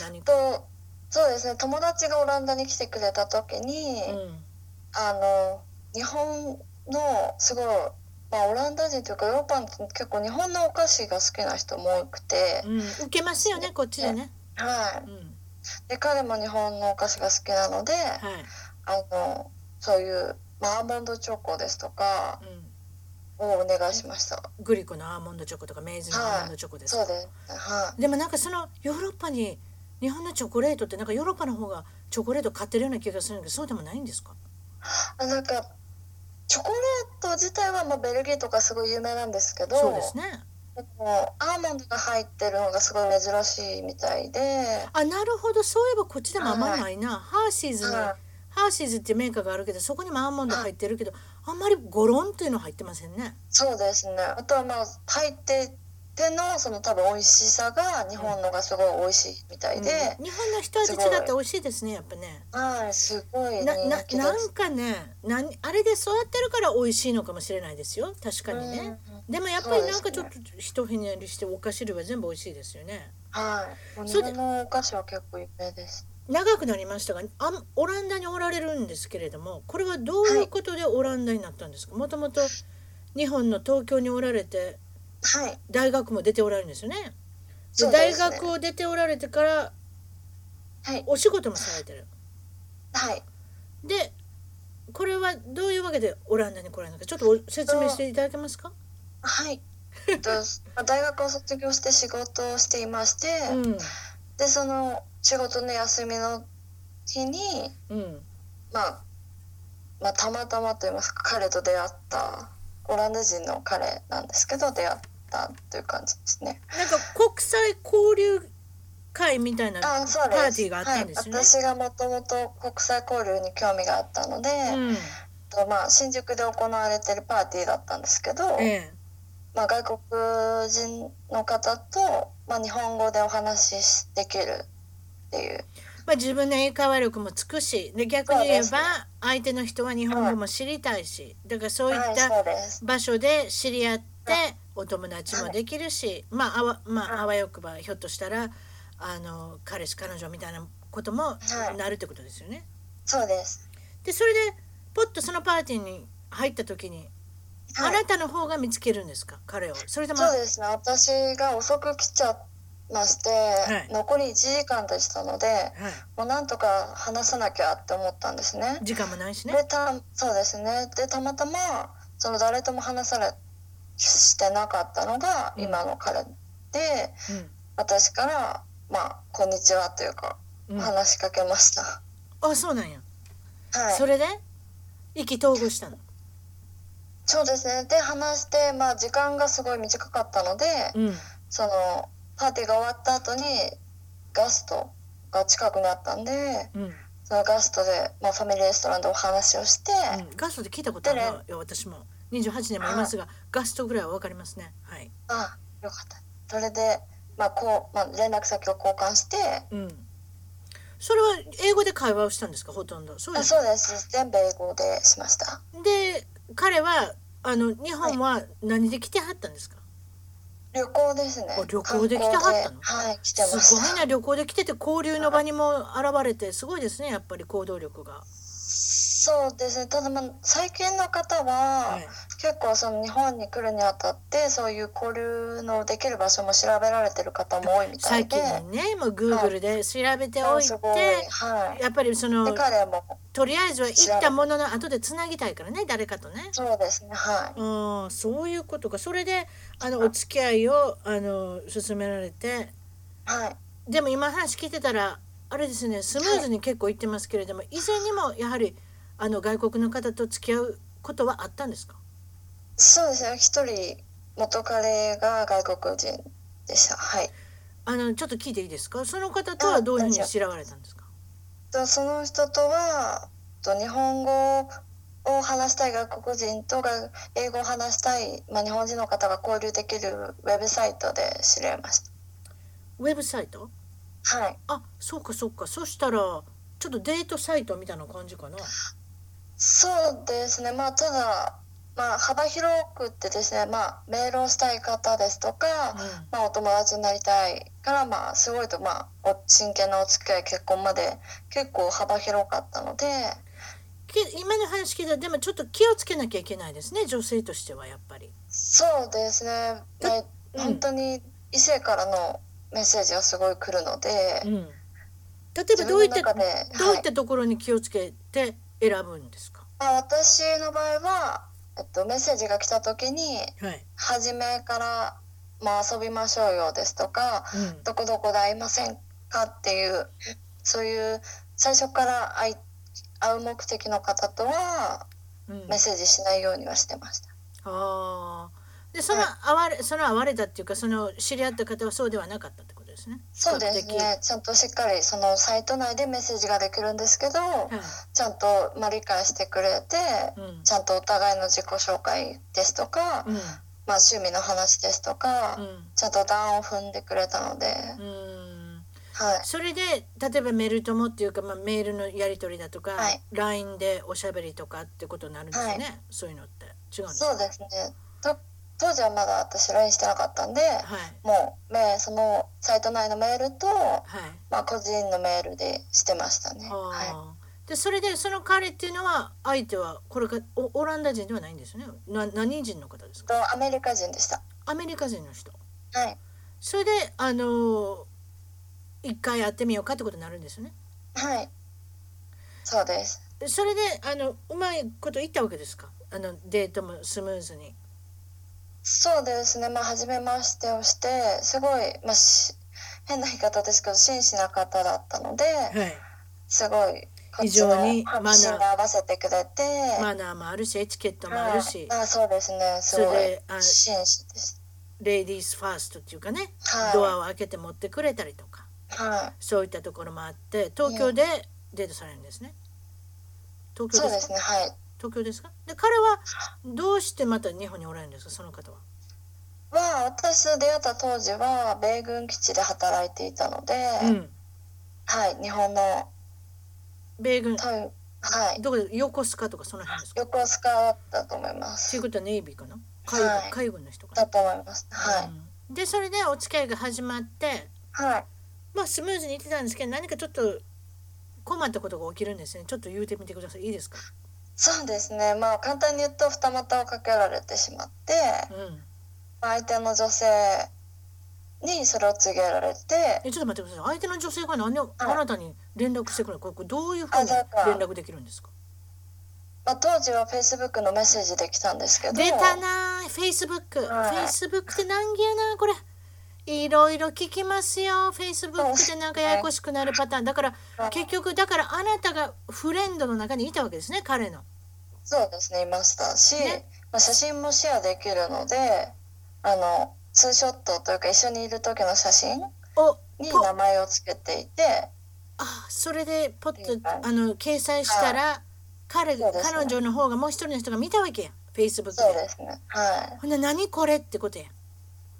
S1: 何か、
S2: とそうですね友達がオランダに来てくれた時に、
S1: うん
S2: あの日本のすごい、まあ、オランダ人というかヨーロッパの人結構日本のお菓子が好きな人も多くて、
S1: うん、受けますよねこっちでね、
S2: はい、
S1: うん、
S2: で彼も日本のお菓子が好きなので、
S1: はい
S2: あのそういう、まあ、アーモンドチョコですとか
S1: う
S2: をお願いしました。
S1: ん、グリコのアーモンドチョコとかメイズのアーモンドチョコですか、
S2: そうです。は
S1: でもなんかそのヨーロッパに日本のチョコレートってなんかヨーロッパの方がチョコレート買ってるような気がするんだけどそうでもないんですか
S2: い。あなんかチョコレート自体はまあベルギーとかすごい有名なんですけど、
S1: そうですね
S2: でもアーモンドが入ってるのがすごい珍しいみたいで、
S1: あなるほどそういえばこっちでもあんまりないな、ハーシーズに、
S2: は
S1: ハーシーズってメーカーがあるけどそこにもアーモンド入ってるけど、あんまりゴロンっていうの入ってませんね
S2: そうですね。あとはまあ入っててのその多分美味しさが日本のがすごい美味しいみたいで、
S1: うん日本の人味違って美味しいですねやっぱね
S2: はいすごい人
S1: なな
S2: 気で
S1: な
S2: す
S1: ん。かねなんあれで育ってるから美味しいのかもしれないですよ確かにね、
S2: うん
S1: でもやっぱりなんかちょっとひとひねりしてお菓子類は全部美味しいですよね。
S2: はい。
S1: そ
S2: 日
S1: れで
S2: 本のお菓子は結構有名です。
S1: 長くなりましたがあんオランダにおられるんですけれどもこれはどういうことでオランダになったんですかもともと日本の東京におられて
S2: はい。
S1: 大学も出ておられるんですよね。で
S2: そうで
S1: 大
S2: すね
S1: 学を出ておられてから
S2: はい。
S1: お仕事もされてる。
S2: はい。
S1: でこれはどういうわけでオランダに来られたのかちょっとお説明していただけますか、
S2: はい。 [laughs] えっと、まあ大学を卒業して仕事をしていまして、
S1: うん
S2: で、その仕事の休みの日に、
S1: うん、
S2: まあ、まあ、たまたまと言いますか、彼と出会った、オランダ人の彼なんですけど、出会ったという感じですね。
S1: なんか国際交流会みたいな
S2: あ、そうです。
S1: パーティーがあったんですね
S2: はい、私がもともと国際交流に興味があったので、
S1: うん
S2: とまあ、新宿で行われてるパーティーだったんですけど、
S1: ええ
S2: まあ、外国人の方と、まあ、日本語でお話しできるっていう
S1: まあ、自分の英会話力もつくしで逆に言えば相手の人は日本語も知りたいしだからそういっ
S2: はい
S1: た
S2: そうです
S1: 場所で知り合ってお友達もできるし、まああわまあ、あわよくばひょっとしたらあの彼氏彼女みたいなことも
S2: はい
S1: なるってことですよね。
S2: そうです、
S1: でそれでポッとそのパーティーに入った時に、
S2: は
S1: あ
S2: い
S1: なたの方が見つけるんですか彼を。それとも
S2: そうですね私が遅く来ちゃいまして、
S1: い
S2: 残り1時間でしたので
S1: はい、
S2: もうなんとか話さなきゃって思ったんですね。
S1: 時間もないしね。
S2: でたそうですねでたまたまその誰とも話されしてなかったのが今の彼で、私から「まあこんにちは」というか
S1: うんうん、
S2: 話しかけました。
S1: あそうなんや。
S2: はい
S1: それで意気投合したの。
S2: そうですねで話して、まあ、時間がすごい短かったので、
S1: うん
S2: そのパーティーが終わった後にガストが近くにあったんで
S1: うん
S2: そのガストで、まあ、ファミリーレストランでお話をして、
S1: うんガストで聞いたことある
S2: で
S1: よ、私も。28年もいますが、ガストぐらいはわかりますね。はい。
S2: あよかったそれで、まあこうまあ、連絡先を交換して、
S1: うん。それは英語で会話をしたんですか、ほとんど。そうで
S2: あ
S1: す。
S2: そうです全部英語でしました
S1: で、彼は、あの、日本は何で来てはったんですか。
S2: 旅行ですね
S1: あ旅行で来てはったの
S2: 観光ではい来てます
S1: ご
S2: し
S1: い
S2: た
S1: な、旅行で来てて、交流の場にも現れて、すごいですね、やっぱり行動力が。
S2: そうですねただ、まあ、最近の方は、
S1: はい。
S2: 結構その日本に来るにあたってそういう交流のできる場所も調べられてる方も多いみたい
S1: 最
S2: で
S1: 近ね、もうグーグルで調べておい
S2: あすごい
S1: て。
S2: はい
S1: やっぱりそ
S2: で
S1: の
S2: 彼も
S1: とりあえずは行ったものの後でつなぎたいからね誰かとね。
S2: そうですねは
S1: ああそういうことかそれであのお付き合いをあの進められて
S2: いはい
S1: でも今話聞いてたらあれですねスムーズに結構いってますけれども以前にもやはりあの外国の方と付き合うことはあったんですか
S2: そうですね一人元彼が外国人でしたはい
S1: あのちょっと聞いていいですかその方とはどういうふうに知らわれたんですか
S2: とその人とはと日本語を話したい外国人とが英語を話したい、まあ、日本人の方が交流できるウェブサイトで知り合いまし
S1: ウェブサイト
S2: たはい
S1: あそうかそうかそしたらちょっとデートサイトみたいな感じかな。
S2: そうですね、まあ、ただ、まあ、幅広くってですね、まあ、メールをしたい方ですとか、
S1: う
S2: まあ、お友達になりたいから、まあ、すごいと、まあ、お真剣なお付き合い結婚まで結構幅広かったので
S1: け今の話聞いたらでもちょっと気をつけなきゃいけないですね女性としてはやっぱり。
S2: そうですね、まあ
S1: うん
S2: 本当に異性からのメッセージがすごい来るので、
S1: うん例えば
S2: 自
S1: どうい
S2: 分
S1: っ
S2: の
S1: た、
S2: 中で、
S1: どう
S2: はい
S1: っ
S2: い
S1: たところに気をつけて選ぶんですか。
S2: まあ、私の場合は、えっと、メッセージが来た時に
S1: はい。
S2: 「初めから、まあ、遊びましょうよ」ですとか
S1: うん
S2: 「どこどこで会いませんか?」っていうそういう最初から会い会う目的の方とは
S1: うん、
S2: メッセージしないようにはしてました。
S1: ああ。で、その
S2: は
S1: あわれ、そのあわれたっていうか、その知り合った方はそうではなかったってことですね。
S2: そうですねちゃんとしっかりそのサイト内でメッセージができるんですけど
S1: 比較的。はい。
S2: ちゃんとまあ理解してくれて
S1: うん。
S2: ちゃんとお互いの自己紹介ですとか、
S1: うん。
S2: まあ、趣味の話ですとか、
S1: うん
S2: ちゃんと段を踏んでくれたので、
S1: うん。
S2: はい、
S1: それで例えばメール友っていうか、まあ、メールのやり取りだとか、
S2: はい
S1: LINE でおしゃべりとかってことになるんですよね、そういうのって違うんです
S2: そうですねと当時はまだ私 LINE してなかったんで
S1: はい
S2: もうメそのサイト内のメールと、
S1: はい
S2: まあ、個人のメールでしてましたね。
S1: あー、
S2: は
S1: でそれでその彼っていうのは相手はこれかおオランダ人ではないんですよねな何人の方です
S2: い、
S1: か
S2: とアメリカ人でした。
S1: アメリカ人の人
S2: はい
S1: それであのー一回やってみようかってことになるんですよね
S2: はいそうです
S1: でそれであのうまいこと言ったわけですかあのデートもスムーズに
S2: そうですねまあ初めましてをしてすごい、まあ、し変な言い方ですけど真摯な方だったので、
S1: はい
S2: すごいこっ
S1: 非
S2: ちの
S1: 常に
S2: 発
S1: マナー
S2: 信で合わせてくれて、
S1: マナーもあるしエチケットもあるし、
S2: はいあそうですねす
S1: それ
S2: ごい
S1: であ
S2: 紳士です
S1: レディースファーストっていうかね、
S2: はい
S1: ドアを開けて持ってくれたりとか
S2: は
S1: そういったところもあって東京でデートされるんですね。
S2: い
S1: 東
S2: そ
S1: 京
S2: う
S1: で
S2: ですす
S1: か
S2: ねはい
S1: 東京ですかで彼はどうしてまた日本におられるんですかその方は。
S2: は私と出会った当時は米軍基地で働いていたので、
S1: うん、
S2: はい日本の
S1: 米軍
S2: というはい
S1: どこで横須賀とかその辺ですか
S2: 横須賀だったと思いま
S1: とい
S2: す
S1: うことはネイビーかな海軍,、
S2: はい
S1: 海軍の人かな
S2: だ、と思いますはい、
S1: うんでそれでお付き合いが始まって
S2: はい
S1: まあスムーズにいってたんですけど何かちょっと困ったことが起きるんですねちょっと言うてみてくださいいいですか、
S2: そうですねまあ簡単に言うと二股をかけられてしまって、
S1: うん、
S2: まあ相手の女性にそれを告げられて
S1: えちょっと待ってください相手の女性が何であなたに連絡してくるのこれこれどういうふう
S2: あ
S1: に
S2: なんか
S1: 連絡できるんですか
S2: まあ、当時はフェイスブックのメッセージで来たんですけど
S1: 出たなフェイスブックフ
S2: はい
S1: ェイスブックって難儀やなこれいろいろ聞きますよフェイスブックでなんかややこしくなるパターンだから
S2: はい
S1: 結局だからあなたがフレンドの中にいたわけですね彼の
S2: そうですねいましたし、
S1: ね
S2: まあ、写真もシェアできるのであのツーショットというか一緒にいる時の写真
S1: お
S2: に
S1: ポ
S2: 名前をつけていて
S1: あそれでポッ
S2: うん
S1: とあの掲載したら彼
S2: そうですね
S1: 彼女の方がもう一人の人が見たわけやフェイスブック
S2: そう
S1: で
S2: ですねは
S1: ほんで何これってことや
S2: い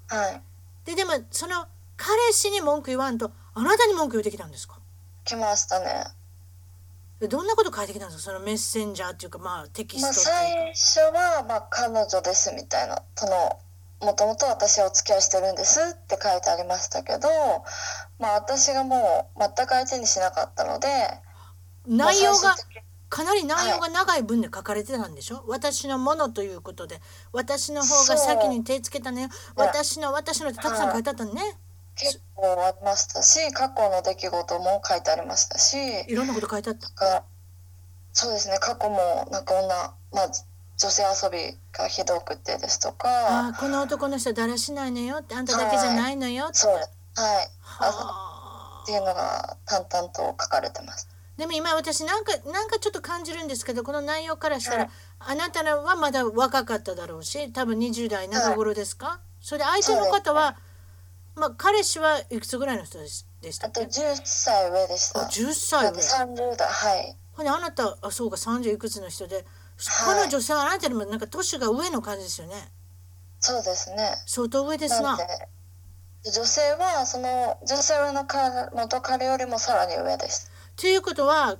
S2: はい
S1: ででもその彼氏に文句言わんとあなたに文句言ってきたんですか
S2: 来ましたね、
S1: でどんなこと書いてきたんですかそのメッセンジャーっていうかまあテキ
S2: まあ、
S1: ストっていう
S2: 最初は、まあ、彼女ですみたいなそのもともと私お付き合いしてるんですって書いてありましたけど、まあ、私がもう全く相手にしなかったので
S1: か内容
S2: まあ
S1: が
S2: 最終的に
S1: かなり内容が長い文で書かれてたんでしょ、私のものということで私の方が先に手つけたのよ
S2: そう
S1: 私の私のってたくさん書いてあったのね
S2: 結構ありましたし過去の出来事も書いてありましたし
S1: いろんなこと書いてあった
S2: がそうですね過去もなんか女、まあ、女性遊びがひどくてですと
S1: あ
S2: か
S1: あこの男の人はだらしないのよってあんただけじゃないのよって
S2: そうはい
S1: はあ
S2: っていうのが淡々と書かれてます。
S1: でも今私なんかなんかちょっと感じるんですけどこの内容からしたら、
S2: はい
S1: あなたらはまだ若かっただろうし多分20代中頃ですか、それで相手の方は、まあ彼氏はいくつぐらいの人でしでした
S2: あ
S1: っ
S2: と
S1: け
S2: 10歳上でした
S1: あ。10歳で
S2: 三十代はい
S1: ほんであなたあそうか30いくつの人でこ
S2: はい
S1: の女性はあなたよりもなんか年が上の感じですよね
S2: そうですね。
S1: 相当上ですな
S2: な
S1: ん
S2: で女性はその女性上の彼元彼よりもさらに上です。
S1: ということは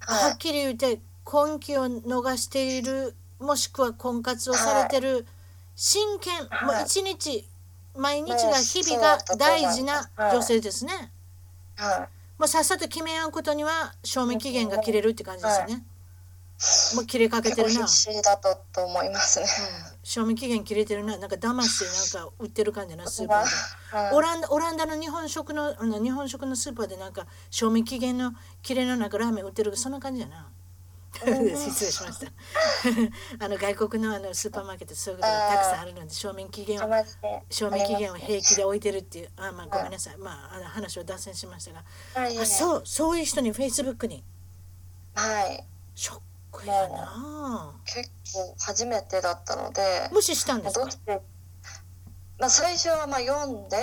S2: は
S1: はいっきり言って婚期を逃しているもしくは婚活をされてる真剣
S2: はい
S1: もう一日毎日
S2: も
S1: が
S2: う
S1: 日々が
S2: そうだと思
S1: 大
S2: います
S1: 事な女性ですね。
S2: はい
S1: もうさっさと決め合うことには賞味期限が切れるって感じですよね。もう切れかけ
S2: 結
S1: て
S2: 構
S1: るな。
S2: 必死だったと思いますね。
S1: うん賞味期限切れてるななんか騙してなんか売ってる感じやなスーパーで。
S2: [laughs] はい
S1: オランダオランダの日本食のあの日本食のスーパーでなんか賞味期限の切れのなんかラーメン売ってるそんな感じやな。 [laughs] 失礼しました。あの外国のあのスーパーマーケットそういうことがたくさんあるので賞味期限を
S2: 騙して
S1: 賞味期限を
S2: あり
S1: 平気で置いてるっていうあまあごめんなさいまああの話を脱線しましたが
S2: ますねはい
S1: あそうそういう人にフェイスブックに
S2: はい
S1: ショックやな
S2: 結構初めてだったので
S1: 無視したんです
S2: ど
S1: か
S2: うして、まあ、最初はまあ読んで、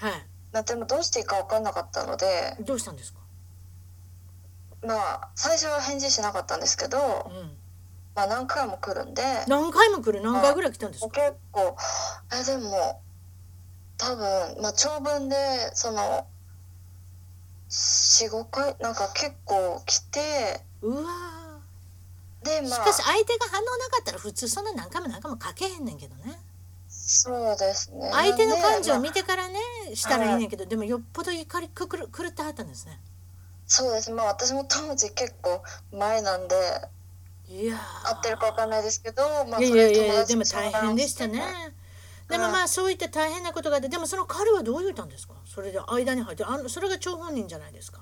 S1: はい
S2: まあ、でもどうしていいか分かんなかったので
S1: どうしたんですか
S2: まあ最初は返事しなかったんですけど、
S1: うん
S2: まあ、何回も来るんで
S1: 何回も来る何回ぐらい来たんです
S2: もう
S1: か
S2: 結構えでも多分、まあ、長文でその45回なんか結構来て
S1: うわー
S2: で
S1: し
S2: まあ
S1: かし相手が反応なかったら普通そんな何回も何回も書けへんねんけどね
S2: そうですね
S1: 相手の感情を
S2: なんでまあ
S1: 見てからねしたらいいねんけどでもよっぽど怒りくくる狂ってはったんですね
S2: そうですまあ私も当時結構前なんで
S1: いや
S2: 合
S1: 合
S2: ってるかわかんないですけど、ま
S1: い
S2: あ、
S1: や
S2: そ
S1: いや
S2: れ
S1: いやい
S2: 友
S1: や
S2: 達
S1: で
S2: に
S1: も大変でしたね
S2: 相談し
S1: でもまあそういった大変なことがあってでもその彼はどう言ったんですかそれで間に入ってあのそれが張本人じゃないですか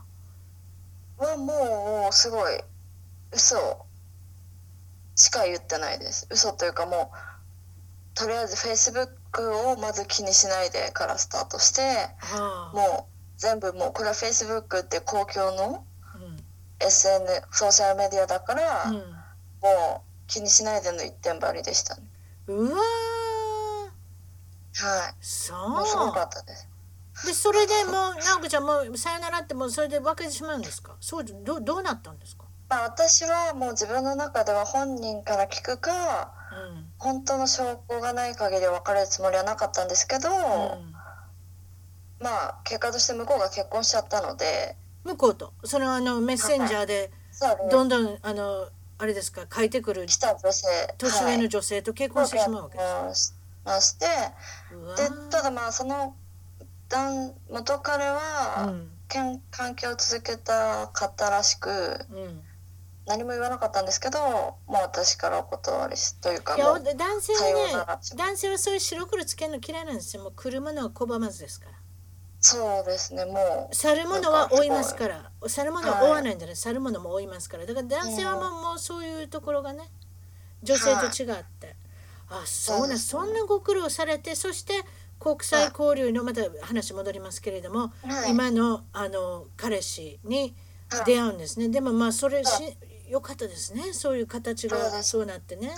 S2: てはもうすごい嘘しか言ってないです嘘というかもうとりあえずフェイスブックをまず気にしないでからスタートして
S1: あ
S2: もう全部もうこれはフェイスブックって公共の
S1: あ
S2: SN ソーシャルメディアだから、
S1: うん
S2: もう気にしないでの一点張りでしたね
S1: うんうわー
S2: はいもうすごか
S1: そ
S2: ったです
S1: うでそれでもう直子ちゃんもうさよならってもうそれで別れてしまうんですかそうどうどうなったんですか
S2: まあ私はもう自分の中では本人から聞くか
S1: うん
S2: 本当の証拠がない限り別れるつもりはなかったんですけど、
S1: うん
S2: まあ結果として向こうが結婚しちゃったので
S1: 向こうとそのあのメッセンジャーで
S2: そう
S1: どんどんあのあれですか書いてくる
S2: 来た女性
S1: 年上
S2: は
S1: の
S2: い
S1: 女性と結婚してしまうわけで
S2: 結婚しまして
S1: す
S2: でただまあその男元彼
S1: う
S2: は、
S1: ん
S2: けん関係を続けた方らしく
S1: うん
S2: 何も言わなかったんですけどもう私からお断りしというか
S1: いや
S2: もう
S1: 男性
S2: さような
S1: はね
S2: らし
S1: 男性はそういう白黒つけるの嫌いなんですよもう来るものは拒まずですから
S2: そうですねもう
S1: 去るものは追いますから去るものは追わないんじゃない去るものも追いますからだから男性はもう,、もうそういうところがね女性と違って、あそうなん
S2: そ
S1: そ
S2: うんです
S1: なご苦労されてそして国際交流のまた話戻りますけれども、
S2: はい
S1: 今のあの彼氏に
S2: はい
S1: 出会うんですね、でもまあそれ
S2: は
S1: し良かったですねそういう形
S2: そうで
S1: が
S2: す
S1: そうなってね、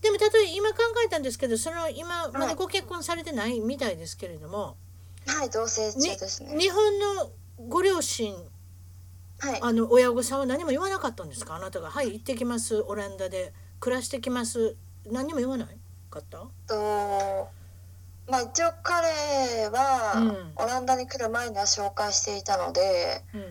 S1: でも例えば今考えたんですけどその今まだご結婚されてないみたいですけれども、
S2: はい同棲中
S1: に
S2: ですね
S1: 日本のご両親
S2: はい
S1: あの親御さんは何も言わなかったんですかあなたが「はい行ってきますオランダで暮らしてきます」何にも言わないかった
S2: とまあ一応彼は
S1: う
S2: オランダに来る前には紹介していたので、
S1: うん、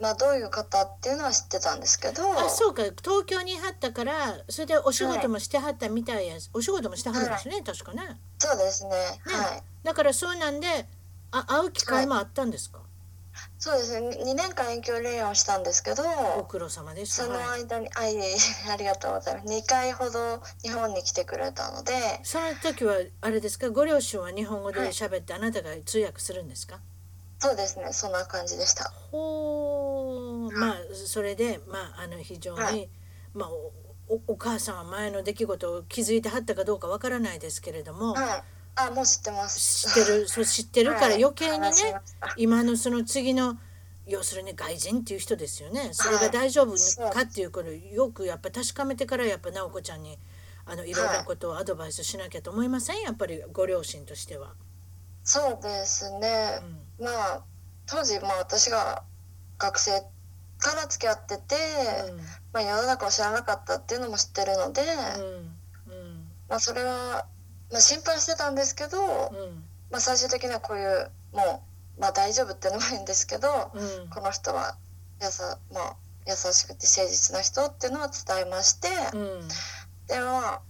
S2: まあどういう方っていうのは知ってたんですけど
S1: あそうか東京にいはったからそれでお仕事もしてはったみたいや、お仕事もしてはるんですね、確かね
S2: そうですねはい
S1: だからそうなんであ会う機会もあったんですか、
S2: そうですね2年間遠距離恋愛をしたんですけど
S1: ご苦労様でした
S2: その
S1: はい
S2: 間に、あいえいえ [laughs] ありがとうございます2回ほど日本に来てくれたので
S1: その時はあれですかご両親は日本語で
S2: はい
S1: 喋ってあなたが通訳するんですか、
S2: そうですねそんな感じでした
S1: ほう
S2: はい
S1: まあそれで、まあ、あの非常に、
S2: は
S1: まあ、おおお母さんは前の出来事を気づいてはったかどうかわからないですけれども、
S2: はいあもう知ってます
S1: 知って
S2: [laughs]
S1: るそう知ってるから余計にね、
S2: はい話しました
S1: 今のその次の要するに外人っていう人ですよねそれが大丈夫
S2: そう
S1: かっていうことをよくやっぱ確かめてからやっぱ直子ちゃんにあのいろんなことをアドバイスしなきゃと思いませんやっぱりご両親としては。
S2: そうですね
S1: うん
S2: まあ当時まあ私が学生から付き合ってて、まあ、世の中を知らなかったっていうのも知ってるので、
S1: うんうん
S2: まあ、それは、まあ、心配してたんですけど、
S1: うん
S2: まあ、最終的にはこういうもう、まあ、大丈夫っていうのもいいんですけど、
S1: うん
S2: この人はやさ、まあ、優しくて誠実な人っていうのは伝えまして、
S1: うん
S2: でまあ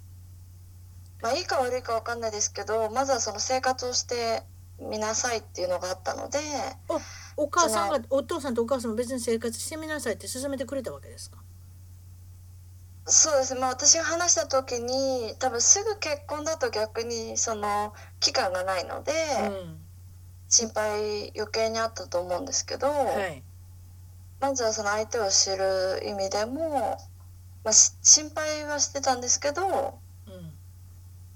S2: まあいいか悪いか分かんないですけどまずはその生活をしてみなさいっていうのがあったので。
S1: お母さんがお父さんとお母さんも別に生活してみなさいって勧めてくれたわけですか。
S2: そうですね、まあ、私が話した時に多分すぐ結婚だと逆にその期間がないので、心配余計にあったと思うんですけど、
S1: はい
S2: まずはその相手を知る意味でも、まあ、し心配はしてたんですけど
S1: うん、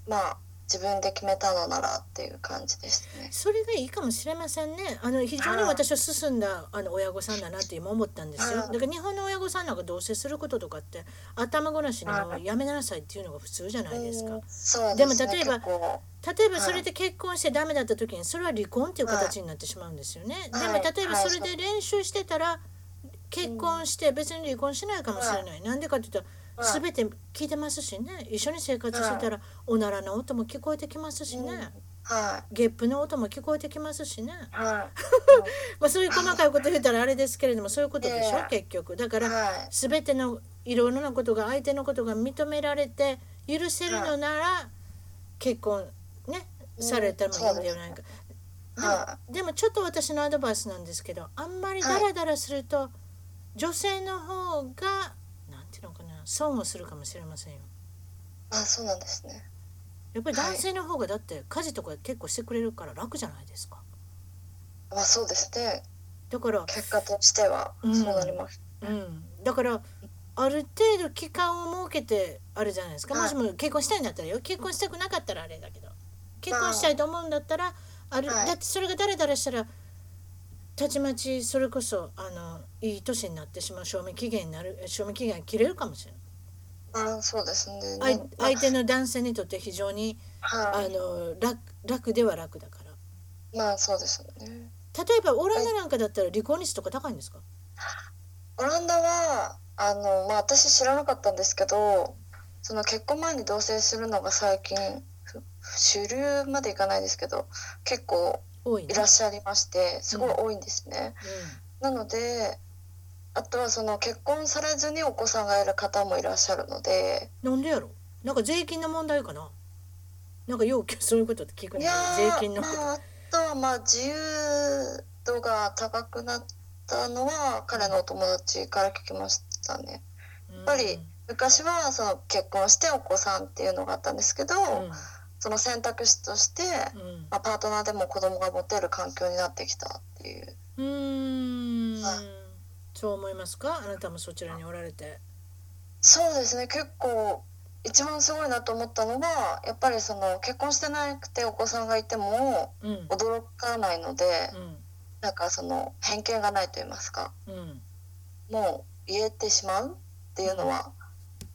S2: まあ自分で決めたのならっていう感じでしたね。
S1: それがいいかもしれませんねあの非常に
S2: はい
S1: 私は進んだあの親御さんだなって今思ったんですよ
S2: は
S1: だ
S2: い
S1: から日本の親御さんなんか同棲することとかって頭ごなしにもうやめなさいっていうのが普通じゃないです
S2: う
S1: か
S2: んそう
S1: で
S2: で
S1: も
S2: すね
S1: 例えば
S2: 結構
S1: 例えばそれで結婚してダメだった時にそれは離婚っていう形になってしまうんですよねで
S2: はい
S1: も例えばそれで練習してたら結婚して別に離婚しないかもしれないなんでかって言ったら
S2: まあ
S1: 全て聞いてますしね一緒に生活してたらおならの音も聞こえてきますしね
S2: うんは
S1: ゲップの音も聞こえてきますしね
S2: いは
S1: まあそういう細かいこと言ったらあれですけれどもそういうことでしょ
S2: ええ
S1: 結局だ
S2: い
S1: から
S2: はい
S1: 全てのいろいろなことが相手のことが認められて許せるのなら結婚ね
S2: うん
S1: されたもいいんではないか
S2: は
S1: でもちょっと私のアドバイスなんですけどあんまりダラダラすると女性の方がなんていうのかな損をするかもしれませんよ
S2: いあそうなんですね。
S1: やっぱり男性の方がだって家事とか結構してくれるから楽じゃないですか
S2: まあそうですね
S1: だから
S2: 結果としては
S1: うん
S2: そうなります。
S1: うん、だからある程度期間を設けてあるじゃないですか、
S2: はい
S1: もしも結婚したいんだったらよ結婚したくなかったらあれだけど結婚したいと思うんだったらある、
S2: はい
S1: だってそれが誰々したらたちまちそれこそあのいい年になってしまう賞味期限になる賞味期限が切れるかもしれ
S2: あそうですね。
S1: ない、
S2: ね
S1: 相相手の男性にとって非常に
S2: は
S1: あ
S2: い
S1: の楽楽では楽だから
S2: まあそうですよね。
S1: 例えばオランダなんかだったら離婚率とか高いんですか、
S2: オランダはあの、まあ、私知らなかったんですけどその結婚前に同棲するのが最近ふ主流までいかないですけど結構
S1: 多い
S2: い
S1: ね
S2: らっしゃりましてすごい多いんですね。なのであとはその結婚されずにお子さんがいる方もいらっしゃるので
S1: うん、なんでやろなんか税金の問題かななんか要求そういうことって聞く
S2: い
S1: ね
S2: やー
S1: 税金のこ
S2: まあ、あとはまあ自由度が高くなったのは彼のお友達から聞きましたね。
S1: とや
S2: っぱり昔はその結婚してお子さんっていうのがあったんですけど、その選択肢として、
S1: うん
S2: まあ、パートナーでも子供が持てる環境になってきたっていう
S1: うんうーん
S2: はい
S1: そう思いますかあなたもそちらにおられて
S2: そうですね結構一番すごいなと思ったのがやっぱりその結婚してなくてお子さんがいても
S1: うんうん
S2: 驚かないので、なんかその偏見がないと言いますか
S1: うん
S2: もう言えてしまうっていうのは、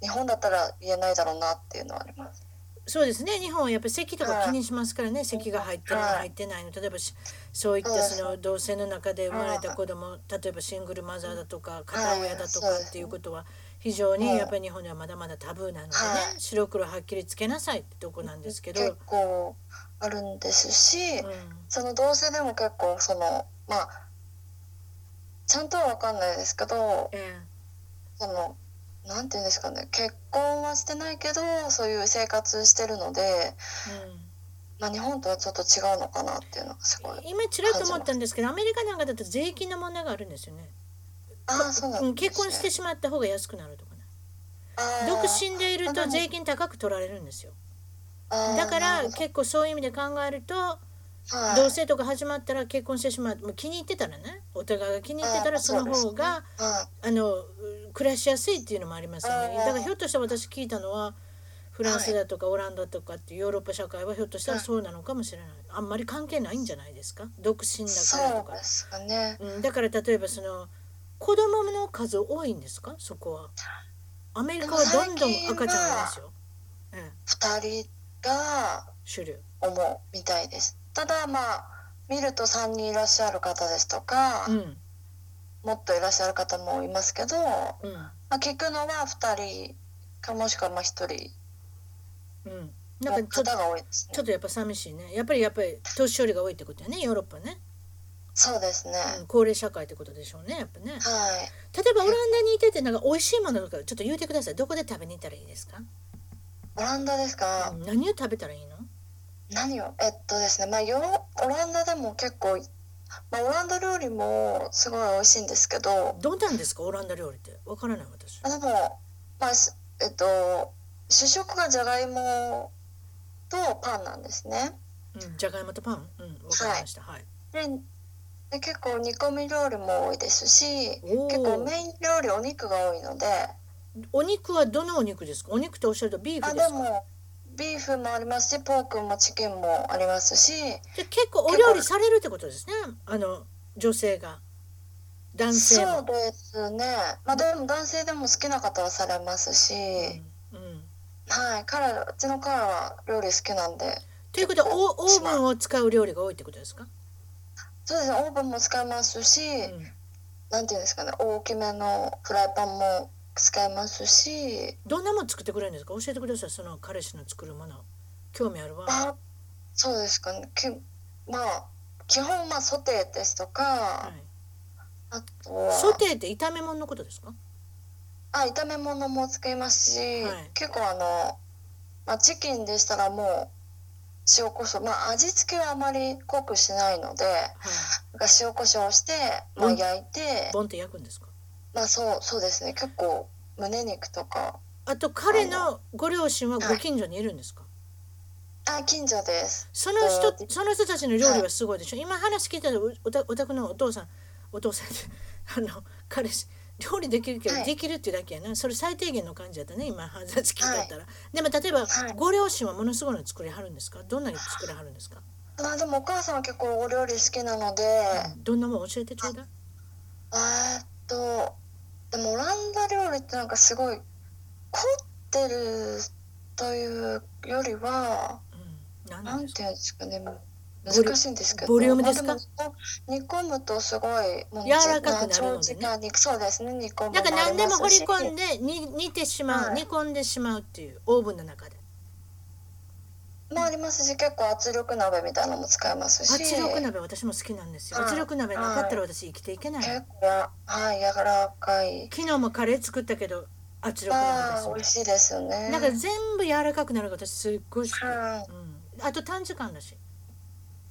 S2: 日本だったら言えないだろうなっていうのはあります。
S1: そうですね日本はやっぱり席とか気にしますからね席が入ってるの
S2: はい
S1: 入ってないの例えばしそういった
S2: そうです
S1: その同性の中で生まれた子供例えばシングルマザーだとか片親だとか
S2: そうです
S1: っていうことは非常に
S2: はい
S1: やっぱり日本ではまだまだタブーなのでね
S2: は
S1: 白黒はっきりつけなさいってとこなんですけど。
S2: 結構あるんですし、
S1: う
S2: その同性でも結構そのまあちゃんとは分かんないですけど
S1: んえ
S2: そのなんていうんですかね結婚はしてないけどそういう生活してるので、
S1: えうん
S2: まあ、日本とはちょっと違うのかなっていうのがすごい。
S1: 今ちらっと思ったんですけどアメリカなんかだと税金の問題があるんですよね。
S2: あーそうなんです
S1: う
S2: ね
S1: ん、結婚してしまった方が安くなるとかね。
S2: あー
S1: 独身でいる
S2: あ
S1: と
S2: ー
S1: 税金高く取られるんですよ。
S2: あー
S1: だか
S2: な
S1: ら
S2: るほ
S1: 結構そういう意味で考えると
S2: どはい
S1: 同棲とか始まったら結婚してしまうもう気に入ってたらねお互いが気に入ってたら
S2: あー
S1: その方が
S2: は
S1: あの暮らしやすいっていうのもありますよね。
S2: あー
S1: だからひょっとしたら私聞いたのはフランスだとかオランダとかっていうヨーロッパ社会はひょっとしたらそうなのかもしれない。あんまり関係ないんじゃないですか独身
S2: い
S1: だ
S2: そ
S1: からと
S2: う
S1: か
S2: で。すかね
S1: うん、だから例えばその子供の数多いんですかそこはアメリカはどんどん赤ちゃんがいますよ、うん、
S2: 2人が
S1: 主流
S2: 思うみたいですただまあ見ると3人いらっしゃる方ですとか、
S1: うん
S2: もっといらっしゃる方もいますけど、ま
S1: うん
S2: あ、聞くのは2人かもしくはまあ1人
S1: うんな
S2: の
S1: んかちょっと
S2: 方が多いです
S1: ちょ
S2: ね
S1: っ。とやっぱ寂しいねやっぱりやっぱり年寄りが多いってことやねヨーロッパね、
S2: そうですね。
S1: うん、高齢社会ってことでしょうねやっぱね
S2: は
S1: 例
S2: い。
S1: えばオランダにいててなんか美味しいものとかちょっと言うてくださいどこで食べに行ったらいいですか、
S2: オランダですか
S1: う。ん何を食べたらいいの
S2: 何をえっとですね。まあヨーオランダでも結構、まあオランダ料理もすごい美味しいんですけど、
S1: どうなんですかオランダ料理ってわからない私
S2: まあでもまあしえっと主食がじゃがいもとパンなんですね。
S1: うん、じゃがいもとパン、うん、わかりました。はい。
S2: でで結構煮込み料理も多いですし
S1: おお
S2: 結構メイン料理お肉が多いので
S1: お肉はどのお肉ですか。お肉とおっしゃるとビー
S2: あ
S1: フ
S2: で
S1: ですか。
S2: もビーフもありますしポークもチキンもありますし
S1: で結構お料理されるってことですね。あの女性が男性
S2: そう
S1: も。
S2: ですね、まあ、でも男性でも好きな方はされますし、
S1: うんうん。
S2: はい彼らうちの彼らは料理好きなんで
S1: ということでオオーブンを使う料理が多いってことですか。
S2: そうですねオーブンも使いますし、
S1: うん。
S2: なんていうんですかね大きめのフライパンも使いますし
S1: どんなもの作ってくれるんですか。教えてください。その彼氏の作るもの。興味あるわ。
S2: あそうですかねきまあ基本まあソテーですとか、
S1: はい。
S2: あとは
S1: ソテーって炒め物のことですか。
S2: あ炒め物も作りますし、
S1: はい
S2: 結構あの、まあ、チキンでしたらもう塩コショウまあ味付けはあまり濃くしないので
S1: はい。
S2: なんか塩コショウして、まあ、
S1: うん
S2: 焼いて、
S1: ボンって焼くんですか。
S2: まあそうそうですね結構胸肉とか
S1: あと彼のご両親はご近所にいるんですか。
S2: あ近所です
S1: その人その人たちの料理はすごいでしょ、今話聞いたらおおたお宅のお父さんお父さんって [laughs] あの彼氏料理できるけど、
S2: はい
S1: できるってだけやなそれ最低限の感じやったね今話聞いたったら、でも例えば、
S2: はい
S1: ご両親はものすごいの作りはるんですかどんなに作りはるんですか、
S2: まあでもお母さんは結構お料理好きなので、
S1: どんなもん教えてちょうだい
S2: えーっとでもオランダ料理ってなんかすごい凝ってるというよりは
S1: うん
S2: な
S1: 何
S2: ん
S1: ですか
S2: ていうんですかねもう
S1: ボリュ
S2: 難しいんですけど
S1: ボリュームですか
S2: まあも煮込むとすごいもう
S1: 柔らかくなるのでね
S2: 長時間にそうですね煮込む
S1: なんか何でも掘り込ん
S2: で
S1: で煮煮てしまう、
S2: はい
S1: 煮込んでしまうっていうオーブンの中で
S2: もありますし結構圧力鍋みたいなのも使えますし
S1: 圧力鍋私も好きなんですよ
S2: はい
S1: 圧力鍋なかったら私生きていけない、
S2: 結構やはい柔らかい
S1: 昨日もカレー作ったけど圧力鍋で
S2: あ
S1: す
S2: ー
S1: よ
S2: 美味しいですよね
S1: なんか全部柔らかくなるのが私すっごい好き、
S2: はい
S1: うん、あと短時間だし、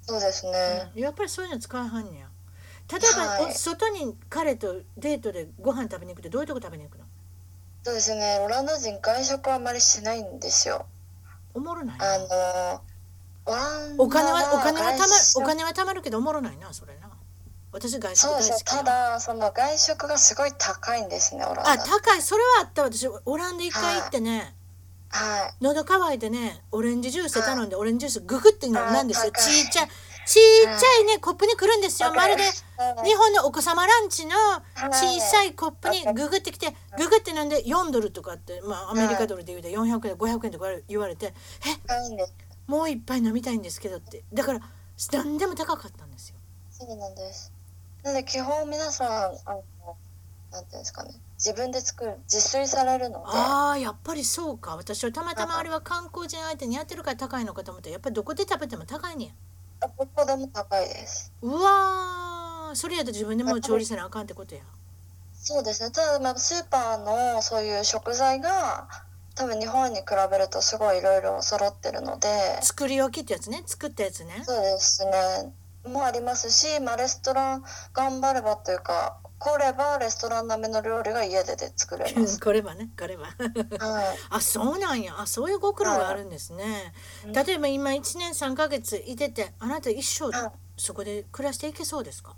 S2: そうですね、
S1: うんやっぱりそういうの使いはんねや例えば、
S2: はい
S1: お外に彼とデートでご飯食べに行くってどういうとこ食べに行くの
S2: そうですねオランダ人外食はあまりしないんですよ
S1: おもろないな
S2: あのオランダ
S1: お金はお金はたま
S2: 外食
S1: お金はたまるけどおもろないなそれな私外食
S2: そう
S1: 大
S2: です
S1: 好き
S2: ねた
S1: や
S2: だその外食がすごい高いんですねオラン
S1: あ
S2: ダ
S1: 高いそれはあった私オランダ一回行ってね
S2: はい
S1: 喉乾いてねオレンジジュース頼んでオレンジジュースググって飲んだんですよ
S2: あ高い
S1: ちっちゃいちっちゃいねコップに来るんですよまるで日本のお子様ランチの小さ
S2: い
S1: いコップにググってきてググってなんで4ドルとかって、まあ、アメリカドルで言うと400円500円とか言われて
S2: 高いんです
S1: もう一杯飲みたいんですけどってだから何でも高かったんですよ。
S2: そうなんですなので基本皆さんあのなんていうんですかね自分で作る自炊されるので
S1: あーやっぱりそうか私はたまたまあれは観光人相手にやってるから高いのかと思ったらやっぱりどこで食べても高いねや
S2: どこでも高いです
S1: うわーそれやと自分でもう調理せなあかんってことや。
S2: そうですねただまあスーパーのそういう食材が多分日本に比べるとすごいいろいろ揃ってるので
S1: 作り置きってやつね作ったやつね。
S2: そうですねもありますし、まあ、レストラン頑張ればというか来ればレストラン並みの料理が家でで作れます
S1: これはねこれは。
S2: はい
S1: [laughs] あそうなんやあそういうご苦労があるんですね、
S2: うん
S1: 例えば今1年3ヶ月いててあなた一生
S2: はい
S1: そこで暮らしていけそうですか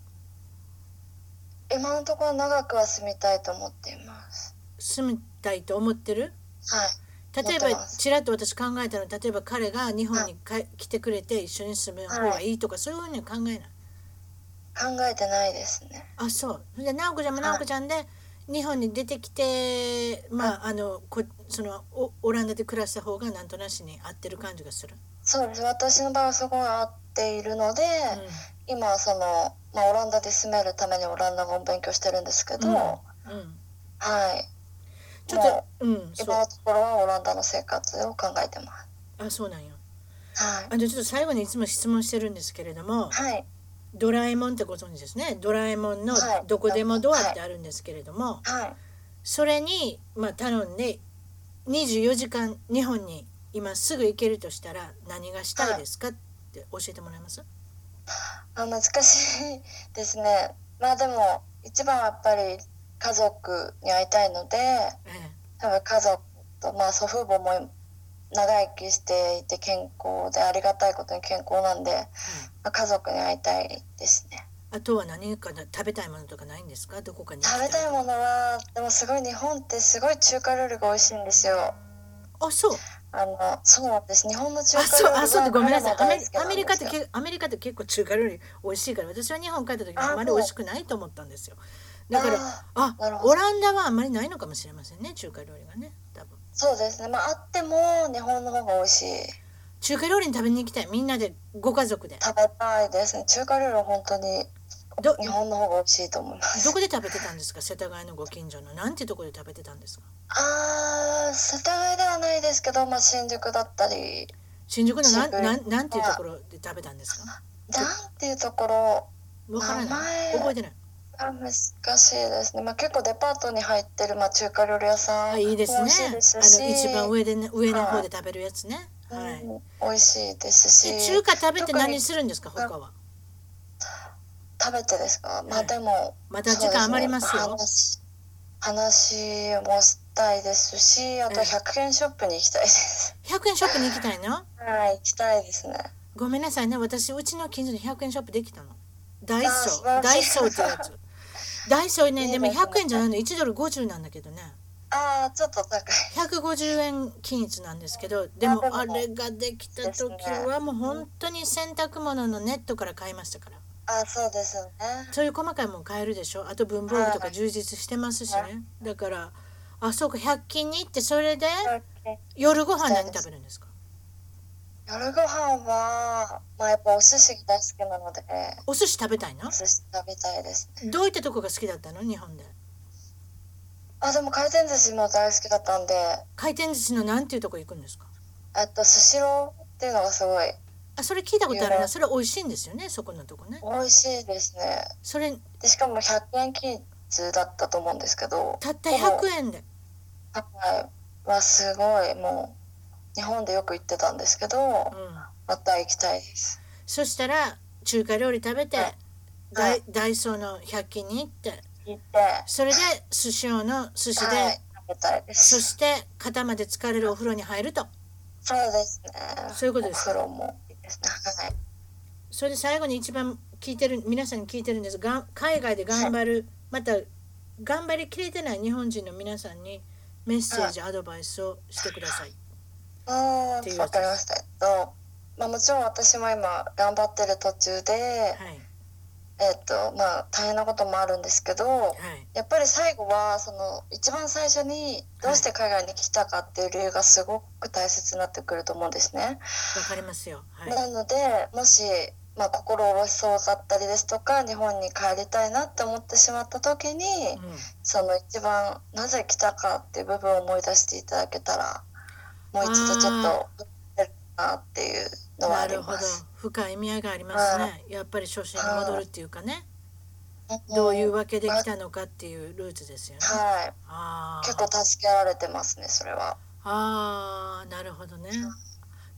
S2: 今のところ長くは住みたいと思っています。
S1: 住みたいと思ってる
S2: はい。
S1: 例え
S2: 思って
S1: ば
S2: ます
S1: ちらっと私考えたのは例えば彼が日本にか来てくれて一緒に住む方がいいとか、そういうふうには考えない
S2: 考えてないですね。
S1: あそうそれで直子ちゃんも
S2: はい
S1: 直子ちゃんで日本に出てきてまああのこそのオオランダで暮らした方がなんとなしに合ってる感じがする、
S2: そうです。私の場合はすごい合っているので、
S1: うん
S2: 今はその、まあ、オランダで住めるためにオランダ語を勉強してるんですけど、
S1: うん
S2: は
S1: うん、
S2: い。
S1: ちょっとうんそう
S2: 今のところはオランダの生活を考えてま
S1: あそうなんよ
S2: す。はい。
S1: あのちょっと最後にいつも質問してるんですけれども
S2: はい。
S1: 「ドラえもん」ってご存知ですね「ドラえもんの
S2: はい
S1: どこでもドア」ってあるんですけれども
S2: はい。
S1: それにまあ頼んで24時間日本に今すぐ行けるとしたら何がしたいですかって教えてもらえます
S2: あ難しいですね。まあでも、一番はやっぱり家族に会いたいので、
S1: ええ
S2: 多分家族と、まあ、祖父母も長生きしていて健康でありがたいことに健康なんで、まあ、家族に会いたいですね
S1: あとは何かな食べたいものとかないんですかどこかに行き
S2: 食べたいものはでもすごい日本ってすごい中華料理が美味しいんですよ
S1: あそう
S2: あのそうなんです日本の中
S1: あ
S2: 華
S1: そ
S2: 料
S1: う
S2: 理は
S1: あそうってごめんなさいア
S2: 彼
S1: メリ
S2: も大好き
S1: ア
S2: なん
S1: メ
S2: で
S1: リカっ
S2: す
S1: て
S2: よ
S1: けアメリカって結構中華料理美味しいから私は日本帰った時
S2: あ
S1: あんまり
S2: そう
S1: 美味しくないと思ったんですよだから
S2: あ
S1: あ
S2: なるほど
S1: オランダはあんまりないのかもしれませんね中華料理がね多分
S2: そうですねまああっても日本の方が美味しい
S1: 中華料理に食べに行きたいみんなでご家族で
S2: 食べたいですね中華料理は本当に
S1: ど
S2: 日本の方が美味しいと思います
S1: どこで食べてたんですか世田谷のご近所のなんてとこで食べてたんですか
S2: あー世田谷ではないですけど、まあ、新宿だったり
S1: 新宿のなん
S2: 渋い
S1: なんなんていうところで食べたんですか
S2: なんていうところ
S1: わから
S2: 名
S1: ない
S2: 前
S1: 覚えてない
S2: あ難しいですね、まあ、結構デパートに入ってる、まあ、中華料理屋さ
S1: あ
S2: ん
S1: いいですね
S2: 美味しいですし
S1: あの一番上でね上の方で食べるやつねはい、
S2: うん美味しいですし
S1: で中華食べて
S2: 特に
S1: 何するんですか他は
S2: 食べてですか
S1: は
S2: まあ
S1: い
S2: でも、
S1: また時間余りますよ
S2: そうですね話話もしたいですしあと
S1: うん
S2: 100円ショップに行きたいです、
S1: 100円ショップに行きたいな
S2: はい行きたいですね
S1: ごめんなさいね私うちの近所に100円ショップできたのダイ
S2: あー
S1: ソ
S2: 素晴
S1: ー
S2: らしい
S1: ダイソーって
S2: [laughs]
S1: やつダイソーね
S2: いい
S1: で
S2: です
S1: も
S2: ね
S1: 100円じゃないの1ドル50なんだけどね
S2: ああちょっと高い
S1: 150円均一なんですけどでもあ
S2: あでも
S1: れができた時はもう本当に洗濯物のネットから買いましたから
S2: あそうですよね
S1: そういう細かいもん買えるでしょあと文房具とか充実してますしねだからあそうか100均に行ってそれで夜ご飯何食べるんですか
S2: 夜ご飯はまあやっぱお寿司が大好きなので
S1: お寿司食べたいの
S2: お寿司食べたいですね
S1: どういったとこが好きだったの日本で
S2: あでも回転寿司も大好きだったんで
S1: 回転寿司のなんていうとこ行くんですか
S2: えっとスシローっていうのがすごい
S1: あそれ聞いたことある
S2: い
S1: な
S2: や
S1: それ美味しいんですよねそこのとこね
S2: 美味しいですね
S1: それ
S2: でしかも100円均一だったと思うんですけど
S1: たった
S2: でも
S1: 100円で
S2: はいはすごいもう日本でよく行ってたんですけど
S1: うん
S2: また行きたいです
S1: そしたら中華料理食べて
S2: はい
S1: ダ
S2: は
S1: イダイソーの100均に行って
S2: 行っては
S1: それで寿司用の寿司で、
S2: い食べたいで
S1: そ
S2: す
S1: して肩まで疲れるお風呂に入ると
S2: そうですね
S1: そういうことです
S2: お風呂もいいですねはい
S1: それで最後に一番聞いてる皆さんに聞いてるんですが海外で頑張るまた頑張りきれてない日本人の皆さんにメッセージ、アドバイスをしてください。
S2: あ
S1: っていう
S2: ー
S1: や
S2: わ
S1: つ
S2: かりました。えっと、まあ、もちろん私も今頑張ってる途中で、
S1: はい
S2: えっと、まあ、大変なこともあるんですけど。
S1: はい
S2: やっぱり最後はその一番最初にどうして海外に来たかっていう理由がすごく大切になってくると思うんですね。
S1: わかりますよ。はい
S2: なのでもし、まあ、心折れそうだったりですとか日本に帰りたいなって思ってしまった時に
S1: うん
S2: その一番なぜ来たかっていう部分を思い出していただけたらもう一度ちょっとやるなっていうのはあ
S1: な
S2: り
S1: るほど
S2: ます。
S1: 深い意味合いがありますね。やっぱり初心に戻るっていうかねどういうわけで来たのかっていうルーツですよね。あ
S2: はい、
S1: ー
S2: 結構助けられてますねそれは。
S1: あーなるほどね。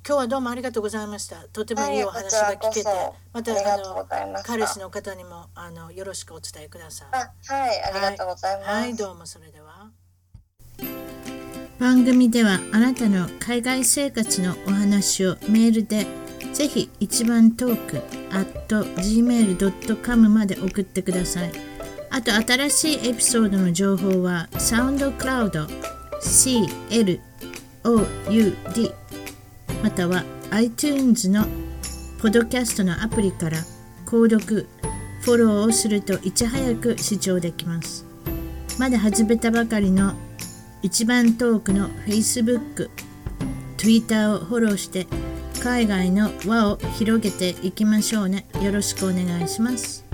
S1: 今日はどうもありがとうございました。とてもいいお話が
S2: はい
S1: 聞
S2: こ
S1: け
S2: ち
S1: て
S2: らこそ、
S1: ま
S2: あり
S1: たあ
S2: がとうご
S1: の
S2: ざいました。
S1: 彼氏の方にもあのよろしくお伝えください。
S2: あはいありがとうございます。
S1: はい、どうもそれでは。番組ではあなたの海外生活のお話をメールでぜひ一番トーク at gmail.com まで送ってください。あと新しいエピソードの情報はサウンドクラウド CLOUD または iTunes のポッドキャストのアプリから購読フォローをするといち早く視聴できます。まだ始めたばかりの一番トークの Facebook、Twitter をフォローして海外の輪を広げていきましょうね。よろしくお願いします。